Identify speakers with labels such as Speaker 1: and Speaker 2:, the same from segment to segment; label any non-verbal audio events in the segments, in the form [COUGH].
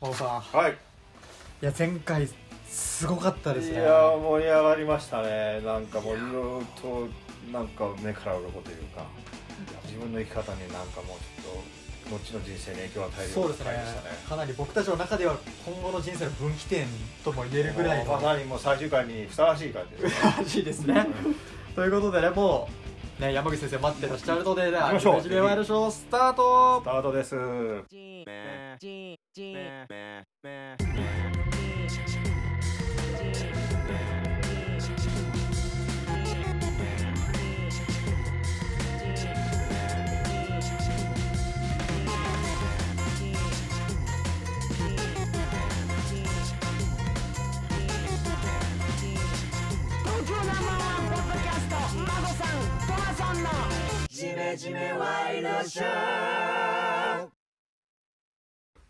Speaker 1: 真央さん
Speaker 2: はい
Speaker 1: いや前回すごかったです
Speaker 2: い
Speaker 1: ね
Speaker 2: やー盛り上がりましたねなんかもういろいろとなんか目から鱗というか自分の生き方になんかもうちょっと後の人生に影響を与えるよ
Speaker 1: そうう
Speaker 2: な
Speaker 1: ですね
Speaker 2: 回でしたね
Speaker 1: かなり僕たちの中では今後の人生の分岐点とも言えるぐらい
Speaker 2: もう
Speaker 1: の
Speaker 2: かなりもう最終回にふさわしい感じですね
Speaker 1: らしいですねということでねもうね山口先生待ってらっしゃるのででは「
Speaker 2: 行きましょう
Speaker 1: アニメジレワイドショー」スタート
Speaker 2: スタートです
Speaker 3: 東京ナンバーワンポッドキャスト孫さんトマソンの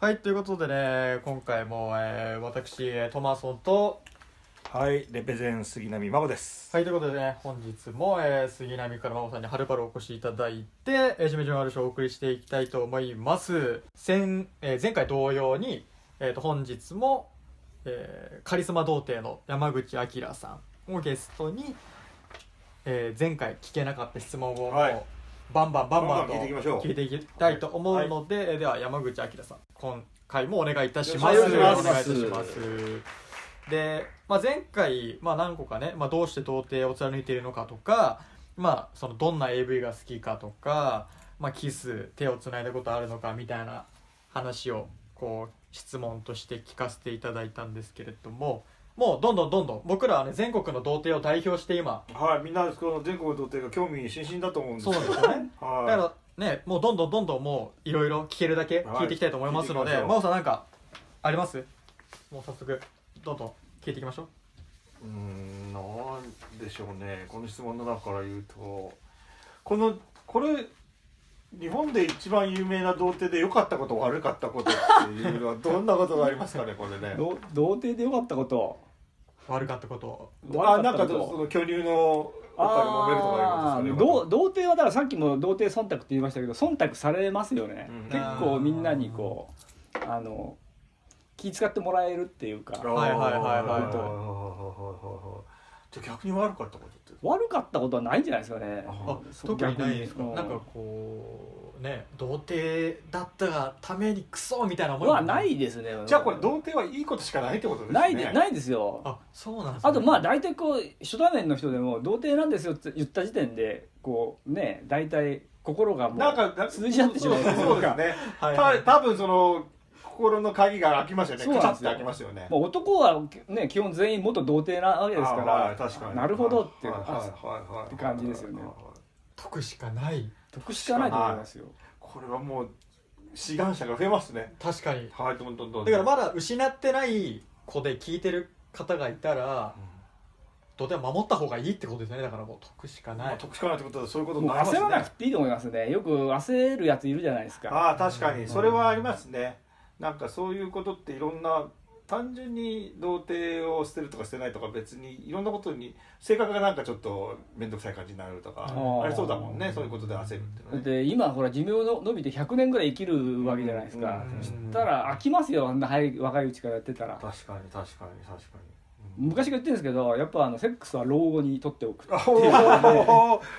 Speaker 1: はいということでね今回も、えー私トマソンと
Speaker 2: はいレペゼン杉並真帆です
Speaker 1: はいということでね本日も、えー杉並から真帆さんにはるばるお越しいただいて「えー、ジメジメワイドショー」をお送りしていきたいと思います先、えー前回同様に、えー、と本日も、えーカリスマ童貞の山口明さんをゲストに、えー前回聞けなかった質問を、
Speaker 2: はい
Speaker 1: バンバンバンバンと
Speaker 2: バンバン聞いていきましょう
Speaker 1: 聞いていきたいと思うので、えーでは山口明さん今回もお願いいたします
Speaker 2: よろしくお願いし
Speaker 1: お願
Speaker 2: ま
Speaker 1: いい
Speaker 2: す
Speaker 1: たしますで、まあ、前回、まあ、何個かね、まあ、どうして童貞を貫いているのかとか、まあ、そのどんな AV が好きかとか、まあ、キス手をつないだことあるのかみたいな話をこう質問として聞かせていただいたんですけれどももうどんどんどんどん僕らはね全国の童貞を代表して今
Speaker 2: はいみんなこの全国の童貞が興味津々だと思うんです
Speaker 1: そうなんですよねだ
Speaker 2: は
Speaker 1: からねもうどんどんどんどんもういろいろ聞けるだけ聞いていきたいと思いますので、
Speaker 2: はい聞いていきましょう
Speaker 1: 真央さんなんかありますもう早速どんどん聞いていきましょう
Speaker 2: いうーんなんでしょうねこの質問の中から言うとこのこれ日本で一番有名な童貞で良かったこと悪かったことっていうのはどんなことがありますかねこれね
Speaker 4: ど童貞でよかったこと
Speaker 1: 悪かったこと
Speaker 2: あ
Speaker 4: 悪
Speaker 2: なん
Speaker 4: った
Speaker 2: か
Speaker 4: こ
Speaker 2: そのそ
Speaker 4: と
Speaker 2: の巨乳のおっぱいが揉めるとか
Speaker 4: あ
Speaker 2: いう
Speaker 4: ー
Speaker 2: こと
Speaker 4: ど
Speaker 2: ですかね
Speaker 4: う童貞はだからさっきも童貞忖度って言いましたけど忖度されますよね、
Speaker 2: うん
Speaker 4: 結構みんなにこうあの気遣ってもらえるっていう
Speaker 2: あー
Speaker 4: か
Speaker 1: はいはいはいはい
Speaker 2: はいはいはいはいはいじゃあ逆に悪かったことって
Speaker 4: 悪かったことはないんじゃないですかね
Speaker 1: あ
Speaker 2: あ
Speaker 4: そう
Speaker 1: 特にないですか
Speaker 4: 逆にうん
Speaker 1: なんかこうね童貞だったがためにクソみたいな思いも
Speaker 4: はないですね
Speaker 2: じゃあこれ童貞はいいことしかないってことですね
Speaker 4: ないで
Speaker 2: い
Speaker 4: ないですよ
Speaker 1: あそうなんですね
Speaker 4: あとまあ大体こう初対面の人でも童貞なんですよって言った時点でこうね大体心がもう
Speaker 2: なんかな
Speaker 4: 通じ合ってしまう
Speaker 2: そうそうそうですね
Speaker 1: はいは
Speaker 2: た
Speaker 1: い
Speaker 2: 多分その心の鍵が開きましたよ
Speaker 4: そう
Speaker 2: ね
Speaker 4: な
Speaker 2: カ
Speaker 4: ん
Speaker 2: チ
Speaker 4: で
Speaker 2: ャって
Speaker 4: すよ
Speaker 2: 開きましたよね
Speaker 4: まあ、男は、ね、基本全員元童貞なわけですか
Speaker 2: あはい
Speaker 4: ら
Speaker 2: 確かに
Speaker 4: なるほどっていう
Speaker 2: はいはいはいはい
Speaker 4: って感じですよね
Speaker 2: はいはい
Speaker 1: 得しかない
Speaker 4: 得しかないと思いますよ
Speaker 2: これはもう志願者が増えますね
Speaker 1: 確かに
Speaker 2: はいどんどんどんどん
Speaker 1: だからまだ失ってない子で聞いてる方がいたら
Speaker 2: うん
Speaker 1: 童貞は守った方がいいってことですよねだからもう得しか
Speaker 2: ま
Speaker 1: な
Speaker 2: あ
Speaker 1: い
Speaker 2: 得しかないってことはそういうことに
Speaker 4: もう
Speaker 2: なります
Speaker 4: 焦らな
Speaker 2: ね
Speaker 4: くていいと思いますねよく焦るやついるじゃないですか
Speaker 2: ああ確かにそれはありますねなんかそういうことっていろんな単純に童貞を捨てるとか捨てないとか別にいろんなことに性格がなんかちょっと面倒くさい感じになるとか
Speaker 4: ー
Speaker 2: ありそうだもんねそういうことで焦るっていうの
Speaker 4: だ
Speaker 2: は
Speaker 4: っ
Speaker 2: ね
Speaker 4: て今ほら寿命の伸びて100年ぐらい生きるわけじゃないですか
Speaker 2: うん
Speaker 4: そしたら飽きますよあんな早い若いうちからやってたら
Speaker 2: 確かに確かに確かにうん
Speaker 4: 昔から言ってるんですけどやっぱあのセックスは老後に取っておく
Speaker 2: [LAUGHS] あおーおー
Speaker 1: [LAUGHS]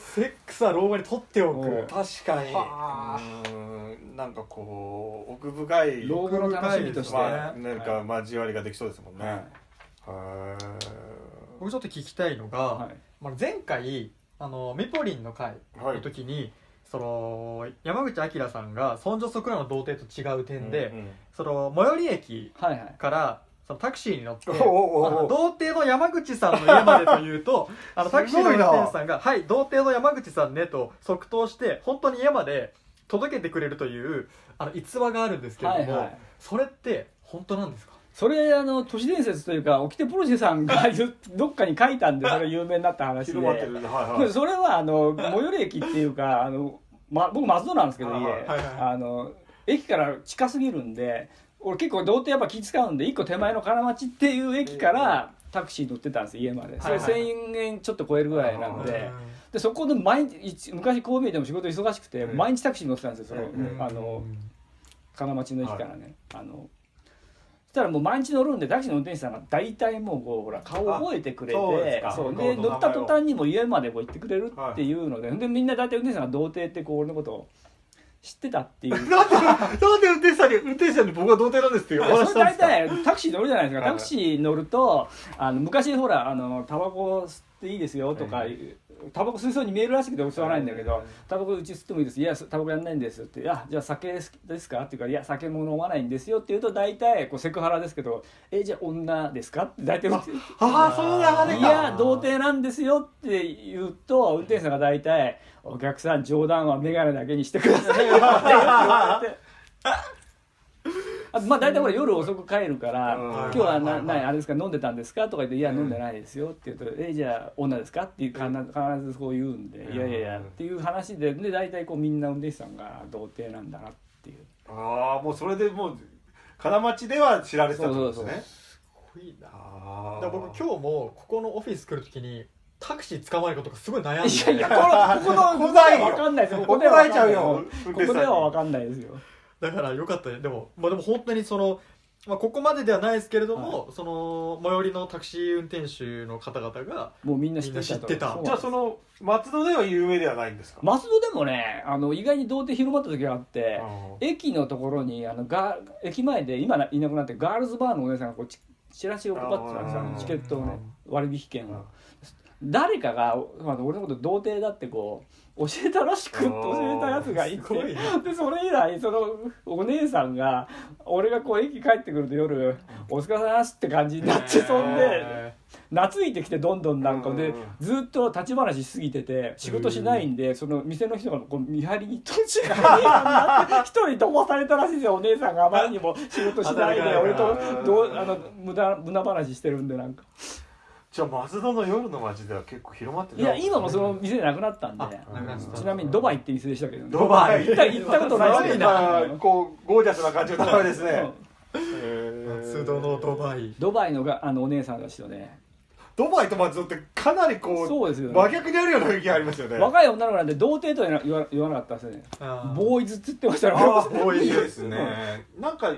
Speaker 1: セックスは老後に取ってお
Speaker 4: う
Speaker 1: く
Speaker 4: ん
Speaker 2: 確かに
Speaker 1: はあ
Speaker 2: うんなんかこう奥深い
Speaker 4: 老後の楽しみとして、
Speaker 2: まあ、なん
Speaker 4: は
Speaker 2: か交わりができそうですもん
Speaker 4: い
Speaker 2: ね、
Speaker 4: は
Speaker 2: へ
Speaker 1: 僕ちょっと聞きたいのが、
Speaker 4: いはい
Speaker 1: まあ、前回あのミポリンの回
Speaker 2: ーはい
Speaker 1: の時に、その山口明さんが「そんじょそくらの童貞」と違う点で、
Speaker 2: うんうん
Speaker 1: その最寄り駅
Speaker 4: はいはい
Speaker 1: からそのタクシーに乗って
Speaker 2: おおお
Speaker 1: あの
Speaker 2: お
Speaker 1: 童貞の山口さんの家までというとあのタクシーの運転手さんが「はい童貞の山口さんね」と即答して本当に家まで届けてくれるというあの逸話があるんですけれ
Speaker 4: は
Speaker 1: ど
Speaker 4: い
Speaker 1: も、
Speaker 4: はい
Speaker 1: それって本当なんですか
Speaker 4: それあの都市伝説というか沖手プロジェさんがゆどっかに書い
Speaker 2: [LAUGHS]
Speaker 4: たんでそれ有名になった話で
Speaker 2: 広まってるねはいはい
Speaker 4: それはあの最寄り駅っていうかあの、ま、僕松戸なんですけど
Speaker 2: あ
Speaker 4: 家、
Speaker 2: はい
Speaker 1: はい
Speaker 4: あの駅から近すぎるんで俺結構童貞やっぱ気使うんで一個手前の金町っていう駅からタクシー乗ってたんです家まで、
Speaker 1: はいはい
Speaker 4: それ1,000円ちょっと超えるぐらいなんで。でそこで毎日一昔こう見えても仕事忙しくて
Speaker 2: うん
Speaker 4: 毎日タクシーに乗ってたんですよ、その
Speaker 2: うん
Speaker 4: あの金町の駅からね、あのしたらもう毎日乗るんでタクシーの運転手さんが大体もうこうほら顔を覚えてくれ
Speaker 2: あそうです
Speaker 4: て
Speaker 2: か
Speaker 4: そう
Speaker 2: 顔
Speaker 4: で
Speaker 2: と
Speaker 4: 乗った
Speaker 2: 名前
Speaker 4: 途
Speaker 2: を
Speaker 4: 端にも家までこう行ってくれるっていうので、でみんな大体運転手さんが童貞ってこう俺のことを知ってたっていう
Speaker 2: なんで、 [LAUGHS] なんで運転手さんに、運転手さんに僕が童貞なんですってお
Speaker 4: それ
Speaker 2: 話したんですか
Speaker 4: 大体タクシー乗るじゃないですか
Speaker 2: はい
Speaker 4: タ
Speaker 2: はい
Speaker 4: クシー乗るとあの昔ほらあのタバコ吸っていいですよとか、
Speaker 2: はい
Speaker 4: タバコ吸いそうに見えるらしくて吸わないんだけ
Speaker 2: はい
Speaker 4: ど
Speaker 2: はいはい
Speaker 4: 「タバコうち吸ってもいいです」「いやタバコやんないんです」って「あじゃあ酒ですか?」って言うから「いや酒も飲まないんですよ」って言うと大体こうセクハラですけど「えじゃあ女ですか?」って大体言って
Speaker 2: ああ、その流れ
Speaker 4: い
Speaker 2: か。
Speaker 4: や童貞なんですよって言うと運転手さんが大体「お客さん冗談は眼鏡だけにしてくださいよ」って言われて。 [LAUGHS] あまあ大体ほら夜遅く帰るから「
Speaker 2: うん
Speaker 4: 今日はな
Speaker 1: はいはいはい
Speaker 4: 何あれですか飲んでたんですか?」とか言って「いや
Speaker 2: うん
Speaker 4: 飲んでないですよ」って言うと「えじゃあ女ですか?」っていう必ず必ずこう言うんで「いやいやいや」っていう話でで大体こうみんな運転手さんが童貞なんだなっていう
Speaker 2: ああ、もうそれでもう、金町では知られてたってことですね。
Speaker 4: そう
Speaker 1: ご
Speaker 4: そう
Speaker 1: いな
Speaker 2: あ
Speaker 1: だ
Speaker 2: あ
Speaker 1: から僕今日もここのオフィス来る時にタクシー捕まえることがすごい悩んで
Speaker 4: いやいや [LAUGHS] このここの
Speaker 2: こないよ
Speaker 4: 分かんないですよ
Speaker 2: 怒
Speaker 4: では
Speaker 2: ら
Speaker 4: 分
Speaker 2: れち
Speaker 4: か
Speaker 2: ゃ
Speaker 4: ん
Speaker 2: う
Speaker 4: ない
Speaker 2: よ
Speaker 4: ここでは分かんないですよ
Speaker 1: だからよかったねでもまあでも本当にその、まあ、ここまでではないですけれども、その最寄りのタクシー運転手の方々が
Speaker 4: もうみんな知って
Speaker 1: みんな
Speaker 4: た
Speaker 1: 知ってた
Speaker 4: そう
Speaker 2: じゃあその松戸では有名ではないんですか、
Speaker 4: 松戸でもねあの意外に童貞広まった時があって
Speaker 2: あ
Speaker 4: 駅のところにあのが駅前で今ないなくなってガールズバーのお姉さんがこうちチラシを配ってたんですよ
Speaker 2: あー
Speaker 4: あのチケットをね割引券
Speaker 2: うん
Speaker 4: を誰かがあの俺のこと童貞だってこう教えたらしくって
Speaker 2: あー
Speaker 4: 教えたやつがい
Speaker 1: すごい
Speaker 4: て
Speaker 1: ね
Speaker 4: でそれ以来そのお姉さんが俺がこう駅帰ってくると夜「お疲れ様です」って感じになってそんで懐いてきてどんどんなんか
Speaker 2: う
Speaker 4: で
Speaker 2: ん
Speaker 4: ずっと立ち話しすぎてて仕事しないんでその店の人がこう見張りに閉じがりにな [LAUGHS] って一人飛ばされたらしいですよお姉さんがあまりにも仕事しないで
Speaker 2: あ
Speaker 4: 俺と
Speaker 2: うん
Speaker 4: どうあの無駄無駄話してるんでなんか
Speaker 2: じゃあ松戸の夜の街では結構広まって
Speaker 4: いや今もその店なくなったんで
Speaker 1: あなんかその
Speaker 4: ちなみにドバイって店でしたけどね
Speaker 2: ドバイ
Speaker 4: 行った行ったことないです
Speaker 2: すご
Speaker 4: け
Speaker 2: い
Speaker 4: ど
Speaker 2: なこうゴージャスな感じの名前ですね、
Speaker 4: うん
Speaker 1: 松戸のドバイ
Speaker 4: ドバイのがあのお姉さんの人ね
Speaker 2: ドバイと松戸ってかなりこう
Speaker 4: そうですよね
Speaker 2: 真逆にあるような雰囲気ありますよね
Speaker 4: 若い女の子なんで童貞とは言わ言わ言わなかったですね
Speaker 1: あー
Speaker 4: ボーイズっつってましたね
Speaker 2: ああ多いですねなんか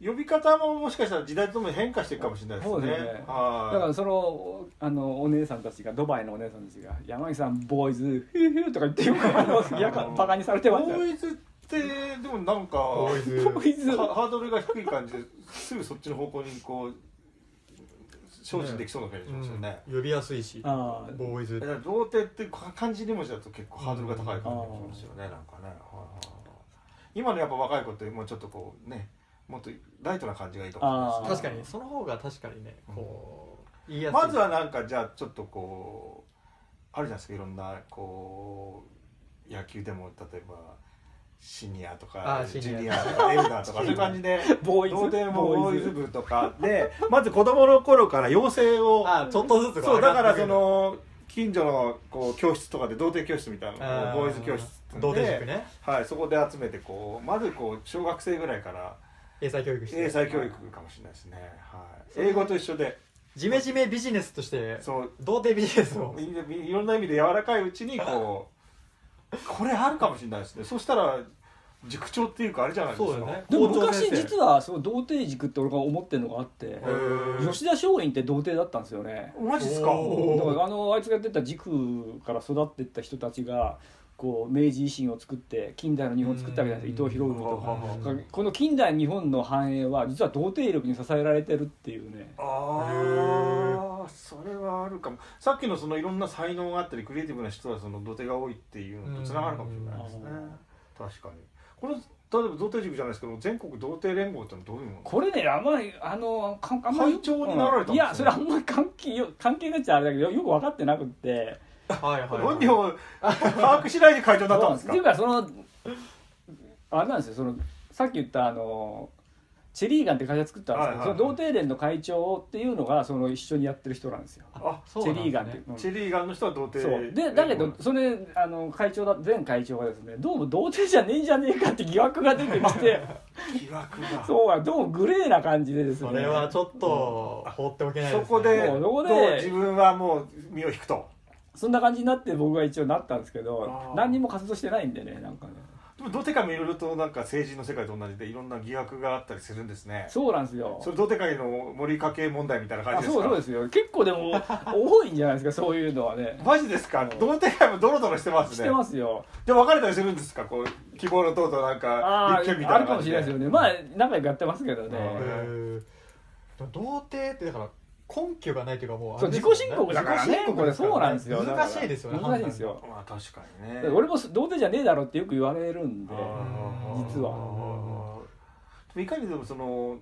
Speaker 2: 呼び方ももしかしたら時代とともに変化していくかもしれないですね
Speaker 4: そうですね
Speaker 2: はい
Speaker 4: だからそのあのお姉さんたちがドバイのお姉さんたちが「山木さんボーイズヒューヒュー」とか言ってよくあのやかバカにされてました
Speaker 2: ボ
Speaker 4: よ
Speaker 2: ーイズってでもなんか
Speaker 1: ボーイズ
Speaker 4: ボーイズ
Speaker 2: ハハードルが低い感じですぐそっちの方向にこう精進できそうな感じしますよね、
Speaker 1: うん呼びやすいし
Speaker 4: ああ
Speaker 1: ボーイ
Speaker 2: だ
Speaker 1: ズ
Speaker 2: から童貞ってか漢字2文字だと結構ハードルが高い感じがしますよねなんかね、はいはいはい今のやっぱ若い子ってもうちょっとこうねもっとライトな感じがいいかもしれない
Speaker 1: 確かにその方が確かにねこう言いやすい
Speaker 2: まずはなんかじゃあちょっとこうあるじゃないですかいろんなこう野球でも例えばシニアとか
Speaker 1: あ
Speaker 2: ジ
Speaker 1: シニア
Speaker 2: ュニアとかエルダーとかそういう感じで
Speaker 4: ボーイズ
Speaker 2: 童貞も
Speaker 4: ボ
Speaker 2: ボ
Speaker 4: ー
Speaker 2: ー
Speaker 4: イ
Speaker 2: イ
Speaker 4: ズ
Speaker 2: ズ部とかでまず子供の頃から養成を
Speaker 1: あーちょっとずつこ
Speaker 2: そうだからそ
Speaker 1: 上がっ
Speaker 2: の近所のこう教室とかで童貞教室みたい
Speaker 1: てくる
Speaker 2: な
Speaker 1: あ
Speaker 2: のをボーイズ教室って
Speaker 1: 童貞塾ね
Speaker 2: はい、そこで集めてこうまずこう小学生ぐらいから
Speaker 1: 英才教育して
Speaker 2: 英才教育かもしれないですね、はい、英語と一緒で
Speaker 1: ジメジメビジネスとして
Speaker 2: そう
Speaker 1: 童貞ビジネスを
Speaker 2: いいろんな意味で柔らかいうちにこうこれあるかもしれないですねそしたら塾長っていうかあれじゃないですか
Speaker 1: そうだよね
Speaker 4: でも昔
Speaker 2: 校長先生
Speaker 4: 実はその童貞塾って俺が思ってるのがあって
Speaker 2: へー
Speaker 4: 吉田松陰って童貞だったんですよね
Speaker 2: マジっすか
Speaker 1: お
Speaker 4: だ
Speaker 1: ー
Speaker 4: からあのあいつがやってた軸から育ってった人たちがこう明治維新を作って近代の日本を作ったわけじゃないですか伊藤博文とか
Speaker 1: うん
Speaker 4: だからこの近代日本の繁栄は実は童貞力に支えられてるっていうね
Speaker 2: ああそれはあるかもさっきのそのいろんな才能があったりクリエイティブな人はその土手が多いっていうのとつながるかもしれないですね
Speaker 4: うん
Speaker 2: 確かにこの例えば童貞塾じゃないですけど全国童貞連合ってのはどういうもの
Speaker 4: これねあんまりあのかんあんまり
Speaker 2: 会長になられたんですね
Speaker 4: いやそれあんまり関係よ関係ないっちゃあれだけどよく分かってなくって
Speaker 1: はいはい
Speaker 2: 本人を把握しないで会長になったんです
Speaker 4: っ
Speaker 2: か
Speaker 4: ていうかそのあれなんですよそのさっき言ったあのチェリーガンって会社作ったんですけど、
Speaker 2: はいはいはい
Speaker 4: その童貞連の会長っていうのがその一緒にやってる人なんですよ
Speaker 2: あ
Speaker 1: そう
Speaker 4: チ
Speaker 1: な
Speaker 4: ェ
Speaker 1: んですね
Speaker 4: リーガンって、うん
Speaker 2: チェリーガンの人は童貞
Speaker 4: そうでだけどそれあの会長だ前会長がですねどうも童貞じゃねえんじゃねえかって疑惑が出て
Speaker 2: [LAUGHS]
Speaker 4: きて
Speaker 2: 疑惑がそ
Speaker 4: そうはどうもグレーな感じでですね
Speaker 1: それはちょっと放っておけないですね
Speaker 2: こで
Speaker 4: そうそこで
Speaker 2: どう自分はもう身を引くと
Speaker 4: そんな感じになって僕は一応なったんですけど
Speaker 2: あー
Speaker 4: 何にも活動してないんでねなんかね
Speaker 2: でも童貞界もいろいろとなんか政治の世界と同じでいろんな疑惑があったりするんですね
Speaker 4: そうなんですよ
Speaker 2: それ童貞界の盛りかけ問題みたいな感
Speaker 4: あ
Speaker 2: じです
Speaker 4: そ
Speaker 2: か
Speaker 4: うそうですよ結構で
Speaker 2: [LAUGHS]
Speaker 4: も多いんじゃないですかそういうのはね
Speaker 2: マジですか童貞界もドロドロしてますね
Speaker 4: してますよ
Speaker 2: で別れたりするんですかこう希望の党となんか
Speaker 4: あ
Speaker 2: 立憲み
Speaker 4: あ
Speaker 2: た
Speaker 4: あ
Speaker 2: いな
Speaker 4: るか
Speaker 2: 感
Speaker 4: もし
Speaker 2: じ
Speaker 4: れ
Speaker 2: で
Speaker 4: ないですよねまあ何回かやってますけどね
Speaker 2: うん
Speaker 1: へえ童貞ってだから根拠がないというかもう
Speaker 4: そう自己申告
Speaker 1: だか
Speaker 4: だからら
Speaker 1: ね
Speaker 4: ねこれそうなんですよ
Speaker 1: 難しいですよね
Speaker 4: だから難しいですよ
Speaker 2: まあ確かにね
Speaker 4: 俺も童貞じゃねえだろってよく言われるんで
Speaker 2: うん
Speaker 4: 実
Speaker 1: は
Speaker 2: でもいかにでもその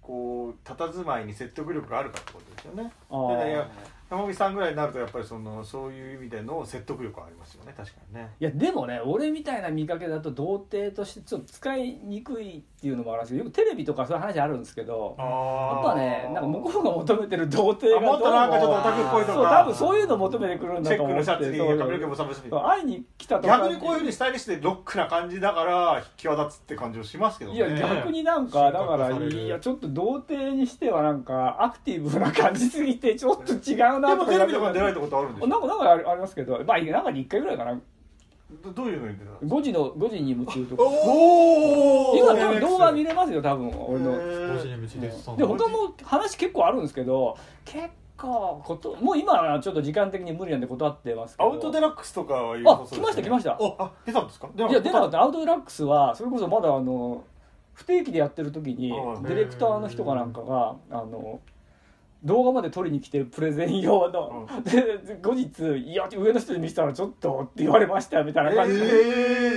Speaker 2: こう佇まいに説得力があるかってことですよね
Speaker 4: あー
Speaker 2: いやいや山口さんぐらいになるとやっぱりそのそういう意味での説得力はありますよね確かにね
Speaker 4: いやでもね俺みたいな見かけだと童貞としてちょっと使いにくいっていうのもあるんですけどよくテレビとかそういう話あるんですけどやっ
Speaker 2: あ
Speaker 4: ぱねなんか向こうが求めてる童貞が
Speaker 2: あもっとなんかちょっとオタクっぽいとか
Speaker 4: そう多分そういうの求めてくるん
Speaker 2: チェ
Speaker 4: だと
Speaker 2: ック
Speaker 4: 思
Speaker 2: の
Speaker 4: って
Speaker 2: シャツに
Speaker 4: そう
Speaker 2: 髪の毛も寂しみ
Speaker 4: そう会いに来たとか
Speaker 2: 逆にこういうふうにスタイリッシュでロックな感じだから際立つって感じをしますけど
Speaker 4: い
Speaker 2: ね
Speaker 4: や
Speaker 1: ね
Speaker 4: 逆になんかだか
Speaker 1: 収穫さ
Speaker 4: ら
Speaker 1: れる
Speaker 4: いやちょっと童貞にしてはなんかアクティブな感じすぎてちょっと違うな
Speaker 2: でもテレビとかに出られ
Speaker 4: な
Speaker 2: たことあるんでし
Speaker 4: んかなんかありありますけどまあ中に1回ぐらいかな
Speaker 2: ょどどういうのに出たんですか
Speaker 4: 5時の5時に夢中とか
Speaker 2: お
Speaker 4: 今多分動画見れますよ多分俺の
Speaker 1: 同時に道で
Speaker 4: で他も話結構あるんですけど結構こともう今はちょっと時間的に無理なんで断ってますけ
Speaker 2: ア
Speaker 4: ど
Speaker 2: ウトデラックスとかは良
Speaker 4: あ
Speaker 2: さそう
Speaker 4: 来
Speaker 2: で
Speaker 4: ますした
Speaker 2: ね
Speaker 4: 来ました
Speaker 2: あ出たんですか出
Speaker 4: いや出なかったアウトデラックスはそれこそまだあの不定期でやってる時に
Speaker 2: はい
Speaker 4: ディレクターの人かなんかがあの動画まで撮りに来てプレゼン用の、で後日「いや上の人に見せたらちょっと」って言われましたみたいな感じで、
Speaker 2: え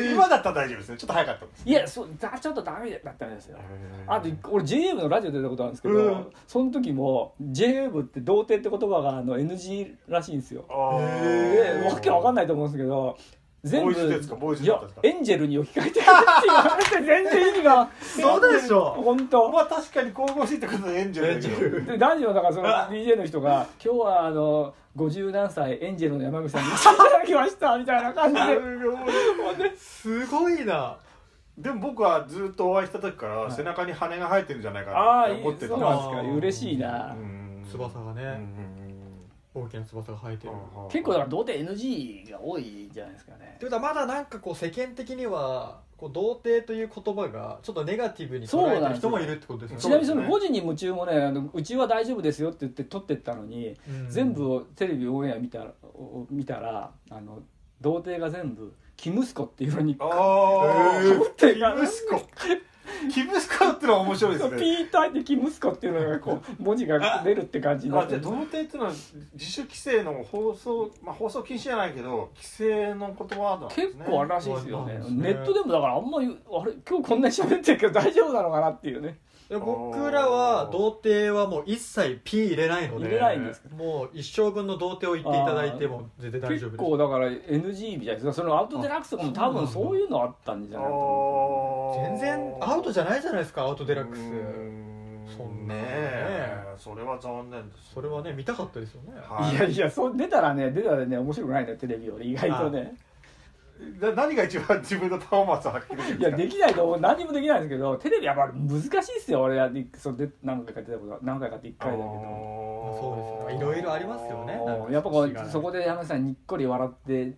Speaker 2: ー今だったら大丈夫ですねちょっと早かったです
Speaker 4: いやそうだちょっとダメだったんですよあと
Speaker 2: へー
Speaker 4: 俺 JM のラジオ出たことあるんですけ
Speaker 2: う
Speaker 4: ど
Speaker 2: ん
Speaker 4: その時も JM って童貞って言葉があの NG らしいんですよ
Speaker 2: あ
Speaker 1: へ
Speaker 4: で
Speaker 2: ー
Speaker 4: わけわかんないと思うんですけど全
Speaker 2: ボ
Speaker 4: 部
Speaker 2: ーイズですかボーイズ
Speaker 4: い
Speaker 2: だ
Speaker 4: や
Speaker 2: ったんですか
Speaker 4: エンジェルに置き換えてるって言われて全然意味が
Speaker 1: そうでしょ
Speaker 4: 本当
Speaker 2: まあ確かに神々しいってことでエンジェルだけ
Speaker 1: エ
Speaker 2: ど
Speaker 1: ンジェル
Speaker 4: でラジオだからその DJ の人が「今日はあの50何歳エンジェルの山口さんに来ていただきました」みたいな感じで
Speaker 1: すごいな
Speaker 2: でも僕はずっとお会いした時から背中に羽が生えてるんじゃないか
Speaker 4: あ
Speaker 2: なっ
Speaker 4: あ
Speaker 2: て
Speaker 4: いい
Speaker 2: 思ってた
Speaker 4: そ
Speaker 2: ん
Speaker 4: う
Speaker 2: で
Speaker 4: なんですか嬉しいな、
Speaker 2: す
Speaker 1: 翼が
Speaker 2: うんうん
Speaker 1: ね大きな翼が生えて
Speaker 2: う
Speaker 1: る
Speaker 2: んうん
Speaker 4: 結構だから童貞 NG が多いんじゃないですかね
Speaker 1: ということはまだなんかこう世間的にはこう童貞という言葉がちょっとネガティブに捉えてる人もいるってことですよね
Speaker 4: ちなみにその
Speaker 2: そう
Speaker 4: 5時に夢中もねあのうちは大丈夫ですよって言って撮ってったのに、
Speaker 1: うん
Speaker 4: 全部をテレビオンエア見たらお見たらあの童貞が全部「キムスコ」っていうのに
Speaker 2: あ
Speaker 1: えー
Speaker 2: あ
Speaker 4: 童貞が
Speaker 2: キムスコキムスコってのは面白いで
Speaker 4: そ
Speaker 2: す
Speaker 4: うピ
Speaker 2: ね
Speaker 4: ーターって「キムスコ」っていうのがこう文字が出るって感じにな
Speaker 2: あ
Speaker 4: っ
Speaker 2: じゃ
Speaker 4: て
Speaker 2: あ童貞っていうのは自主規制の放送まあ放送禁止じゃないけど規制の言葉なんですね
Speaker 4: 結構あるらしいですよ
Speaker 1: そ
Speaker 4: ね
Speaker 1: うなんです
Speaker 4: ネ
Speaker 1: ね
Speaker 4: ットでもだからあんまりあれ今日こんなに喋ってるけど大丈夫なのかなっていうね
Speaker 1: で僕らは童貞はもう一切ピー入れないので
Speaker 4: 入れないんです
Speaker 1: もう一生分の童貞を言っていただいても全然大丈夫で
Speaker 4: 結
Speaker 1: す
Speaker 4: 構だから NG みたいですそのアウトデラックスとかも多分そういうのあったんじゃないかと思
Speaker 1: 全
Speaker 4: う
Speaker 1: 然アウトじゃないじゃないですかアウトデラック
Speaker 2: う
Speaker 1: ス
Speaker 2: ー
Speaker 1: そんなのね
Speaker 2: ねえそれは残念です
Speaker 1: それはね見たかったですよね
Speaker 2: はい
Speaker 4: いやいやそう出たらね出たらね面白くないねテレビより意外とね
Speaker 2: な何が一番自分のパフォーマンスを発揮できるん
Speaker 4: い
Speaker 2: です
Speaker 4: や
Speaker 2: か
Speaker 4: できないと思う何もできないんですけどテレビやっぱ難しいですよ俺はそうで何回か出たこと何回かって1回だけど
Speaker 1: そうですよいろいろありますよねなんか
Speaker 4: やっぱこう
Speaker 1: 欲しい
Speaker 4: そこで山口さんにっこり笑って言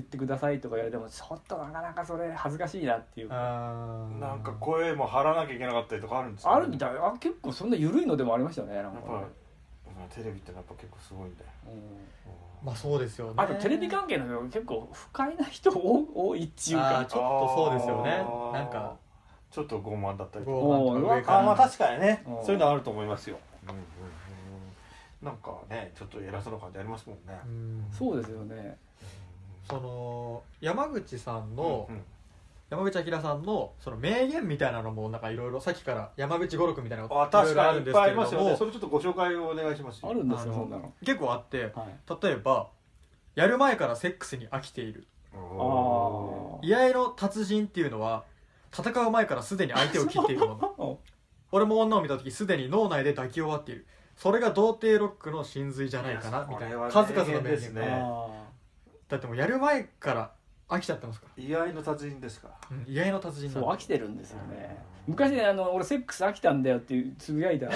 Speaker 4: ってくださいとか言われてもちょっとなかなかそれ恥ずかしいなっていう
Speaker 1: あー
Speaker 2: なんか声も張らなきゃいけなかったりとかあるんですか
Speaker 4: あるみたいあ結構そんな緩いのでもありましたねなん
Speaker 2: や
Speaker 4: か
Speaker 2: っぱうんテレビってやっぱ結構すごいんだよ
Speaker 4: うん
Speaker 1: まあそうですよね
Speaker 4: あとテレビ関係の人結構不快な人多いっていう
Speaker 1: あー
Speaker 4: か
Speaker 1: ちょっとそうですよね
Speaker 2: あー
Speaker 1: なんか
Speaker 2: ちょっと傲慢だったりとか
Speaker 1: 傲慢とか上か
Speaker 2: あ
Speaker 1: ら
Speaker 2: ーまあ確かにね
Speaker 4: うん
Speaker 2: そういうのあると思いますようんうんうんなんかねちょっと偉そうな感じありますもんね
Speaker 1: うん
Speaker 4: そうですよね
Speaker 1: その山口さんの、
Speaker 2: うんうん
Speaker 1: 山口明さんのその名言みたいなのもなんかいろいろさっきから山口語録みたいなのが
Speaker 2: あ
Speaker 1: いろ
Speaker 2: 確
Speaker 1: いろ
Speaker 2: か
Speaker 1: あ
Speaker 2: に
Speaker 1: るん
Speaker 2: い
Speaker 1: で
Speaker 2: っ
Speaker 1: す
Speaker 2: ぱ
Speaker 1: けれ
Speaker 2: いあり
Speaker 1: ど
Speaker 2: ますよね
Speaker 1: も
Speaker 2: それちょっとご紹介をお願いします
Speaker 4: あるんで
Speaker 1: あ
Speaker 4: すよ
Speaker 1: の
Speaker 4: そんなの
Speaker 1: 結構あって
Speaker 4: はい
Speaker 1: 例えばやる前からセックスに飽きている
Speaker 4: あ
Speaker 1: 居合の達人っていうのは戦う前からすでに相手を切っているもの
Speaker 4: あ
Speaker 1: 俺も女を見た時すでに脳内で抱き終わっているそれが童貞ロックの真髄じゃないかなみたい
Speaker 2: いや
Speaker 1: な
Speaker 2: それは
Speaker 1: 数々の名
Speaker 2: 名言で
Speaker 1: 言
Speaker 2: す
Speaker 1: が、
Speaker 2: ね
Speaker 4: あ
Speaker 1: だってもうやる前から飽きちゃってますか、
Speaker 2: 居合の達人ですから
Speaker 1: うん、居合の達人
Speaker 4: ー
Speaker 1: なん
Speaker 4: そ
Speaker 1: で
Speaker 4: う飽きてるんですよね昔ねあの俺セックス飽きたんだよっていうつぶやいたら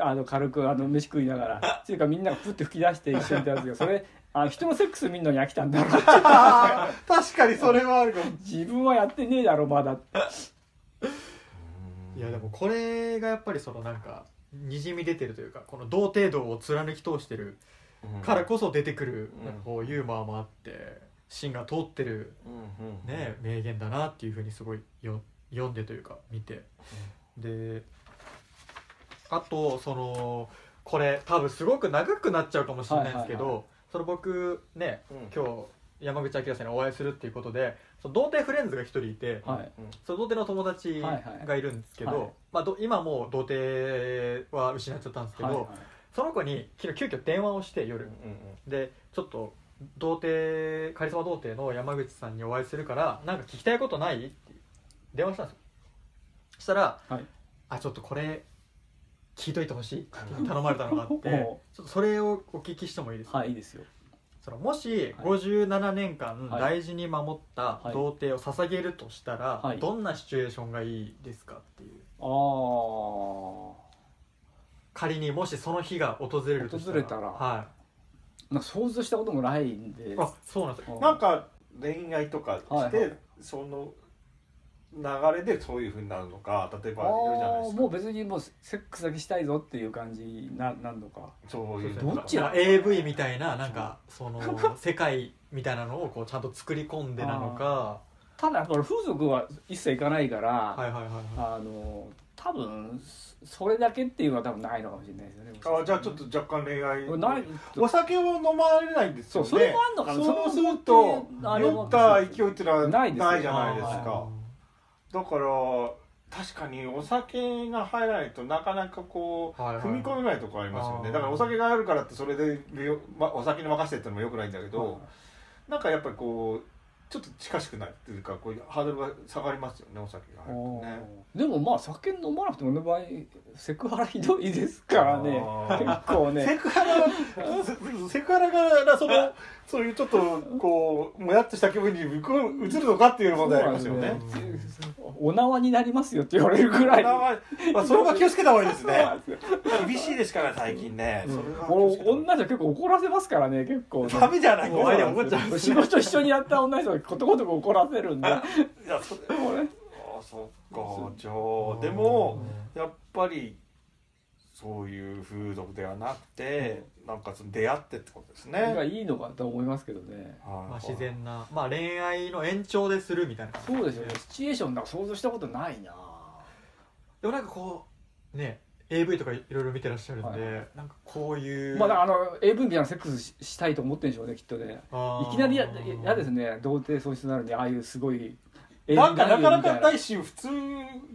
Speaker 4: あの軽くあの飯食いながらっていうかみんながプッて吹き出して一緒にいたんですけどそれあ人のセックス見るのに飽きたんだろう
Speaker 2: あー確かにそれはあるかも
Speaker 4: 自分はやってねえだろまだって
Speaker 1: いやでもこれがやっぱりそのなんかにじみ出てるというかこの同程度を貫き通してるからこそ出てくる
Speaker 2: うん
Speaker 1: なんかこうユーモアもあって芯が通ってる
Speaker 2: うんうん
Speaker 1: ね名言だなっていうふうにすごいよ読んでというか見てであとそのこれ多分すごく長くなっちゃうかもしれないんですけ
Speaker 4: はいはい
Speaker 1: どその僕ね
Speaker 2: う
Speaker 1: 今
Speaker 2: ん
Speaker 1: 日山口明さんにお会いするっていうことでその童貞フレンズが一人いて
Speaker 4: はい
Speaker 1: その童貞の友達がいるんですけど、
Speaker 4: はいはい
Speaker 1: まあ、ど今もう童貞は失っちゃったんですけど、
Speaker 4: はい
Speaker 1: その子に昨日急遽電話をして夜でちょっと童貞カリスマ童貞の山口さんにお会いするからなんか聞きたいことないって電話したんですよしたら、
Speaker 4: はい
Speaker 1: あちょっとこれ聞いといてほしいって頼まれたのがあって
Speaker 4: [LAUGHS] おう
Speaker 1: ちょっとそれをお聞きしてもいいですか、
Speaker 4: はいいいですよ
Speaker 1: そのもし57年間
Speaker 4: はい
Speaker 1: 大事に守った
Speaker 4: はい
Speaker 1: 童貞を捧げるとしたら、
Speaker 4: はい
Speaker 1: どんなシチュエーションがいいですかっていう
Speaker 4: ああな
Speaker 1: 仮にもしその日が訪れるとしたら
Speaker 4: 訪れたら
Speaker 1: は
Speaker 4: んか想像したこともないんで
Speaker 1: い、あそうなんですよ
Speaker 4: うん
Speaker 2: なんか恋愛とかして、
Speaker 4: はいはい
Speaker 2: その流れでそういうふうになるのか例えばいるじゃないです
Speaker 4: ああ
Speaker 2: か
Speaker 4: もう別にもうセックスだけしたいぞっていう感じにななんのか
Speaker 2: そういう
Speaker 1: ど
Speaker 4: っち
Speaker 1: まあ AV みたいななん
Speaker 2: [LAUGHS]
Speaker 1: かその世界みたいなのをこうちゃんと作り込んでなのか
Speaker 4: ただこれ風俗は一切行かないから、
Speaker 1: はいはいはいはい
Speaker 4: あの多分そそれだけっていうのは多分ないのかもしれないですよね
Speaker 2: あじゃあちょっと若干恋愛
Speaker 4: ない
Speaker 2: お酒を飲まれないんです
Speaker 4: そ
Speaker 2: よ
Speaker 4: う
Speaker 2: ね
Speaker 4: それもあんのかな
Speaker 2: そうす
Speaker 4: それ
Speaker 2: る
Speaker 4: も
Speaker 2: と
Speaker 4: あれ
Speaker 2: 酔
Speaker 4: も
Speaker 2: った勢いってのはな
Speaker 4: ない
Speaker 2: い
Speaker 4: で
Speaker 2: じ
Speaker 4: す
Speaker 2: ゃ
Speaker 4: よ
Speaker 2: ないですか
Speaker 1: は
Speaker 2: だから確かにお酒が入らないとなかなかこう
Speaker 1: はいはい
Speaker 2: 踏み込めないとこありますよ
Speaker 1: あ
Speaker 2: ね
Speaker 1: ー
Speaker 2: だからお酒があるからってそれでよまお酒に任せてってのもよくないんだけど、なんかやっぱりこうちょっと近しくなるっていうかこうハードルが下がりますよねお酒が
Speaker 4: あ
Speaker 2: 入る
Speaker 4: ー
Speaker 2: とね。
Speaker 4: でもまあ酒飲まなくても俺の場合セクハラひどいですからね
Speaker 2: あー
Speaker 4: 結構
Speaker 2: セ
Speaker 4: ね
Speaker 2: クハラ [LAUGHS] セセクハラがそのそういうちょっとこうもやっとした気分に向こう移るのかっていう問題ありますよ
Speaker 4: そうな
Speaker 2: ね
Speaker 4: ん。ですお縄になりますよって言われるぐら
Speaker 2: それ
Speaker 4: い
Speaker 2: はまあそれは気をつけた方がいいです
Speaker 4: [LAUGHS]
Speaker 2: ね。厳しいですから最近ね。それは気をつけた方が
Speaker 4: 俺
Speaker 2: いい
Speaker 4: 女じゃ結構怒らせますからね結構ね
Speaker 2: ダメじゃない
Speaker 1: もうあれ怒っちゃう
Speaker 4: 仕事一緒にやった女の人がことごとく怒らせるんで
Speaker 2: いやそれ
Speaker 4: これ
Speaker 2: あそっかじゃあでもやっぱりそういう風俗ではなくて、なんかその出会ってってことですね。
Speaker 4: がいいのかと思いますけどね
Speaker 2: はい
Speaker 1: まあ自然なまあ恋愛の延長でするみたいな感じ
Speaker 4: そうですよねシチュエーションなんか想像したことないな
Speaker 1: でもなんかこうね AV とかいろいろ見てらっしゃるんで、
Speaker 4: は
Speaker 1: なんかこういう
Speaker 4: まあだからあの AV みたいなセックスししたいと思ってるんでしょうねきっとね
Speaker 1: あー
Speaker 4: いきなりややですね童貞喪失なのにああいうすごい AV
Speaker 2: なんかなかな
Speaker 4: 男優
Speaker 2: か
Speaker 4: みたい
Speaker 2: 大衆普通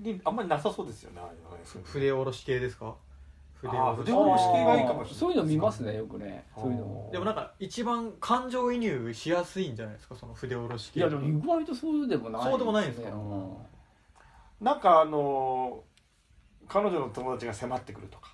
Speaker 2: にあんまりなさそうですよね。ああいうのね
Speaker 1: 筆下ろし系ですか筆
Speaker 2: あー筆
Speaker 1: 下
Speaker 2: 下
Speaker 1: ろ
Speaker 2: ろ
Speaker 1: し
Speaker 2: し
Speaker 1: 系
Speaker 2: 系がいいかもしれない
Speaker 4: あーそういうの見ますねよくね
Speaker 2: あー
Speaker 4: そういうのも
Speaker 1: でもなんか一番感情移入しやすいんじゃないですかその筆下ろし
Speaker 4: い
Speaker 1: 系
Speaker 4: やでも意外とそうでもない
Speaker 1: そうでもないんですか
Speaker 4: うん
Speaker 2: なんかあのー彼女の友達が迫ってくるとか。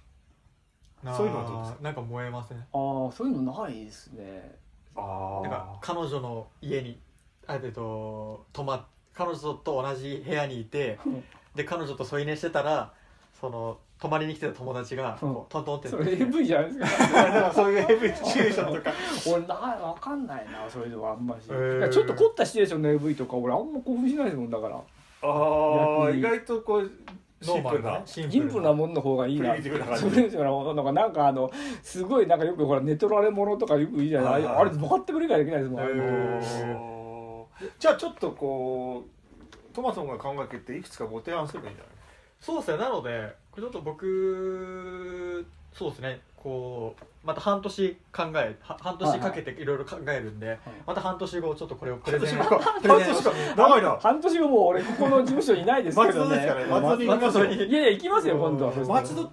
Speaker 1: な
Speaker 2: そういうのはどうです
Speaker 1: なんか燃えません
Speaker 4: ああそういうのないですね
Speaker 2: あ
Speaker 1: なんか彼女の家にあえっと泊まっ彼女と同じ部屋にいて
Speaker 4: うん
Speaker 1: で彼女と添い寝してたらその泊まりに来てた友達が
Speaker 4: うん
Speaker 1: こうトントンって
Speaker 4: それ AV じゃないですか [LAUGHS]
Speaker 2: なんかそういう AV シチュエーションとか。
Speaker 4: 俺なわかんないなそういうのはあんまし、
Speaker 1: へー
Speaker 4: いやちょっと凝ったシチュエーションの AV とか俺あんま興奮しないですもんだから
Speaker 2: ああ
Speaker 4: 逆に
Speaker 2: 意外とこうシ
Speaker 1: ノ
Speaker 2: ン
Speaker 1: ーマ
Speaker 2: プル
Speaker 1: ル
Speaker 2: な。
Speaker 1: な
Speaker 2: [LAUGHS]
Speaker 1: シン
Speaker 4: シンプルなもんの方がいいな
Speaker 2: プリミティブな感じ
Speaker 4: そうですよねわかんないなんかあのすごいなんかよくほら寝取られ物とかよくいいじゃない、
Speaker 2: はい
Speaker 4: あれ分かってくれができないですもん、
Speaker 1: へー
Speaker 2: じゃあちょっとこうトマソンが考えていくつかご提案すればいいんじゃない
Speaker 1: そうですねなのでこれちょっと僕そうですねこうまた半年考えは半年かけていろいろ考えるんで、また半年後ちょっとこれをプレゼ [LAUGHS] ンプレゼン
Speaker 2: か長いな
Speaker 4: 半年後もう俺ここの事務所いないですけ
Speaker 2: 松
Speaker 4: ど
Speaker 2: 戸
Speaker 4: ね
Speaker 2: ですからね松戸に行きます
Speaker 1: 松戸に
Speaker 2: よ
Speaker 4: いやいや行きますよ今度は
Speaker 2: 松戸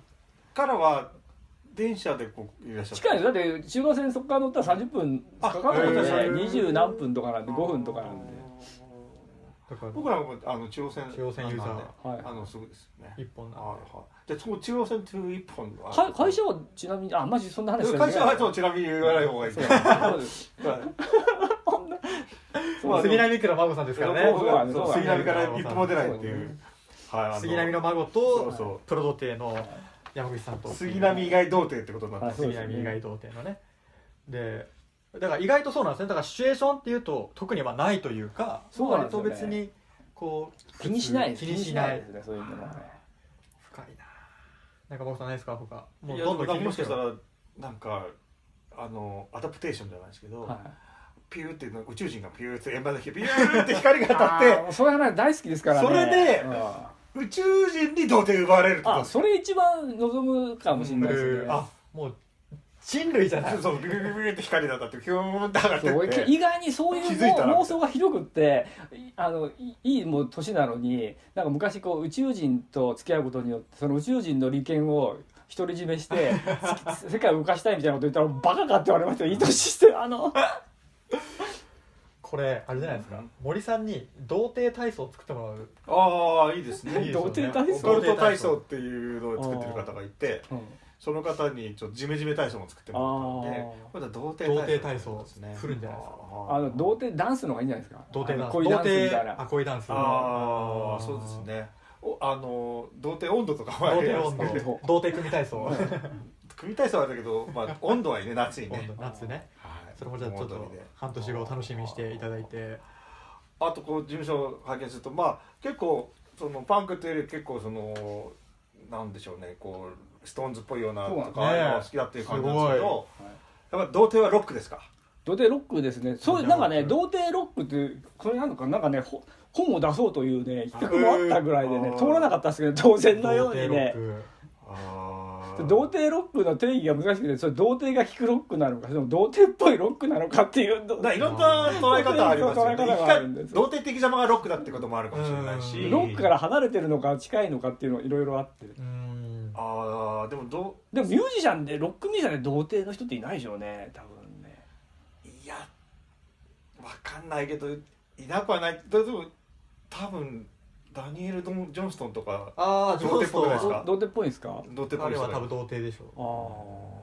Speaker 2: からは電車でこういらっしゃ
Speaker 4: 近いですだって中央線そこから乗ったら30分かかるこ
Speaker 1: あ
Speaker 4: と
Speaker 1: へ
Speaker 4: ね
Speaker 1: ー
Speaker 4: 二十何分とかなんで5分とかなんで
Speaker 1: だから
Speaker 2: 僕らもあの中央線
Speaker 1: 中央線ユーザー
Speaker 2: なんで
Speaker 4: はい
Speaker 2: あのすごいですね
Speaker 1: 一本なんで
Speaker 2: はいはいじゃあその中央線という一本は
Speaker 4: か会社はちなみにあマジそんな話
Speaker 2: 会社はちょっと
Speaker 4: う
Speaker 2: ちなみに言わない方がいい
Speaker 4: そう
Speaker 2: はい
Speaker 4: そうです
Speaker 2: まあ
Speaker 1: 杉並区の孫さんですからね
Speaker 4: そうだね
Speaker 2: そう杉並から一歩も出ないっていうはいあの
Speaker 1: 杉並の孫
Speaker 2: そう
Speaker 1: と
Speaker 2: そ
Speaker 1: プロ童貞の山口さんと
Speaker 2: う杉並以外童貞ってことになって
Speaker 4: はい
Speaker 2: ます
Speaker 4: そう
Speaker 1: 杉
Speaker 4: ですね
Speaker 1: 並以外童貞のねでだから意外とそうなんですねだからシチュエーションっていうと特にはないというか
Speaker 4: そうなんですよね
Speaker 1: 割と別にこう
Speaker 4: 気にしないです
Speaker 1: 気にしない
Speaker 4: ですねそういうのはね
Speaker 1: 深いな中僕さんないですか他も
Speaker 2: いうや
Speaker 1: どんどん
Speaker 2: で
Speaker 1: 聞
Speaker 2: も
Speaker 1: き
Speaker 2: も
Speaker 1: ま
Speaker 2: し
Speaker 1: す
Speaker 2: か
Speaker 1: よ
Speaker 2: したらなんかあのアダプテーションじゃないですけど、
Speaker 4: はい
Speaker 2: ピューっていうの宇宙人がピューって円盤だけピューって光が当た
Speaker 4: あ
Speaker 2: って
Speaker 4: ーそれはね大好きですからね
Speaker 2: それで
Speaker 4: うん
Speaker 2: 宇宙人に童貞奪われるってこと
Speaker 4: あそれ一番望むかもしれないですね
Speaker 1: うんあもう人類じゃない
Speaker 2: そうビュービュービューって光が当たってピューンって上がって
Speaker 4: そう
Speaker 2: って
Speaker 4: 意外にそういう
Speaker 2: 気づいたら
Speaker 4: 妄妄想がひどくっていあのいいいもう年なのになんか昔こう宇宙人と付き合うことによってその宇宙人の利権を独り占めして [LAUGHS] つ世界を動かしたいみたいなこと言ったらバカかって言われましたよいい年してあの
Speaker 1: これあれじゃないですか、
Speaker 2: うん
Speaker 1: 森さんに童貞体操を作ってもらう
Speaker 2: ああいいですね
Speaker 1: いいです
Speaker 4: 童
Speaker 1: よ
Speaker 4: 貞
Speaker 1: ね
Speaker 2: オ
Speaker 4: 体操
Speaker 2: カルト体操っていうのを作ってる方がいて
Speaker 4: うん
Speaker 2: その方にちょっとジメジメ体操も作ってもらったんで
Speaker 4: あー
Speaker 2: これは童
Speaker 1: 童貞
Speaker 2: 貞
Speaker 1: 体操をするんじゃないですか
Speaker 4: あの童貞ダンスの方がいいんじゃないですか
Speaker 1: 童貞ダン
Speaker 4: あの
Speaker 1: ス
Speaker 4: 恋ダンスみたい
Speaker 1: 貞あ
Speaker 4: な
Speaker 1: 恋ダンス
Speaker 2: ああそうですねおあの童貞温度とかは
Speaker 1: 童
Speaker 2: やり
Speaker 1: 貞
Speaker 2: ま
Speaker 1: 温
Speaker 2: すけど
Speaker 1: 度童貞組体操
Speaker 2: 組体操はあれだけど、まあ、温度はいいね夏に
Speaker 1: 温
Speaker 2: ね
Speaker 1: 度夏ね
Speaker 2: はい
Speaker 1: それもじゃあちょっ
Speaker 2: 盆
Speaker 1: と
Speaker 2: 踊りで
Speaker 1: 半年後を楽しみにしていただいて
Speaker 2: あとこう事務所を拝見するとまあ結構そのパンクというより結構そのなんでしょうねこうストーンズっぽいようなと
Speaker 1: そうな
Speaker 2: か、
Speaker 1: んだね
Speaker 2: ああいうの好きだっていう感じなんですけ
Speaker 1: す
Speaker 2: ど
Speaker 4: い
Speaker 2: やっぱ童貞はロックですか
Speaker 4: 童貞ロックですねそう
Speaker 1: 童
Speaker 4: なんか
Speaker 1: 貞ロッ
Speaker 4: ね
Speaker 1: ク
Speaker 4: 童貞ロックってこれなのかなんかねほ本を出そうというね企画もあったぐらいで
Speaker 2: へ
Speaker 4: ね
Speaker 2: ー
Speaker 4: 通らなかったんですけど当然のよ
Speaker 1: 童
Speaker 4: う
Speaker 1: 貞
Speaker 4: に
Speaker 1: ロッ
Speaker 4: ね
Speaker 1: ク
Speaker 2: あ
Speaker 4: 童貞ロックの定義が難しくてそれ童貞が弾くロックなのかその童貞っぽいロックなのかっていうど
Speaker 2: いろんな捉え方ありますよね
Speaker 4: そう捉え方があるんです
Speaker 2: 一回童貞的邪魔がロックだってこともあるかもしれないし
Speaker 1: うん
Speaker 4: ロックから離れてるのか近いのかっていうのいろいろあって
Speaker 1: うーん
Speaker 2: ああでもど
Speaker 4: でもミュージシャンでロックミュージシャンで童貞の人っていないでしょうね多分ね
Speaker 2: ういやわかんないけどいなくはないでも多分ダニエル・ドン・ジョンストンとか
Speaker 1: ああ
Speaker 2: 童貞っぽくないですか
Speaker 4: ど童貞っぽいんですか
Speaker 2: 童貞っぽ
Speaker 1: あ
Speaker 2: い
Speaker 1: れ
Speaker 2: 人
Speaker 1: は
Speaker 2: が
Speaker 1: 多分童貞でしょ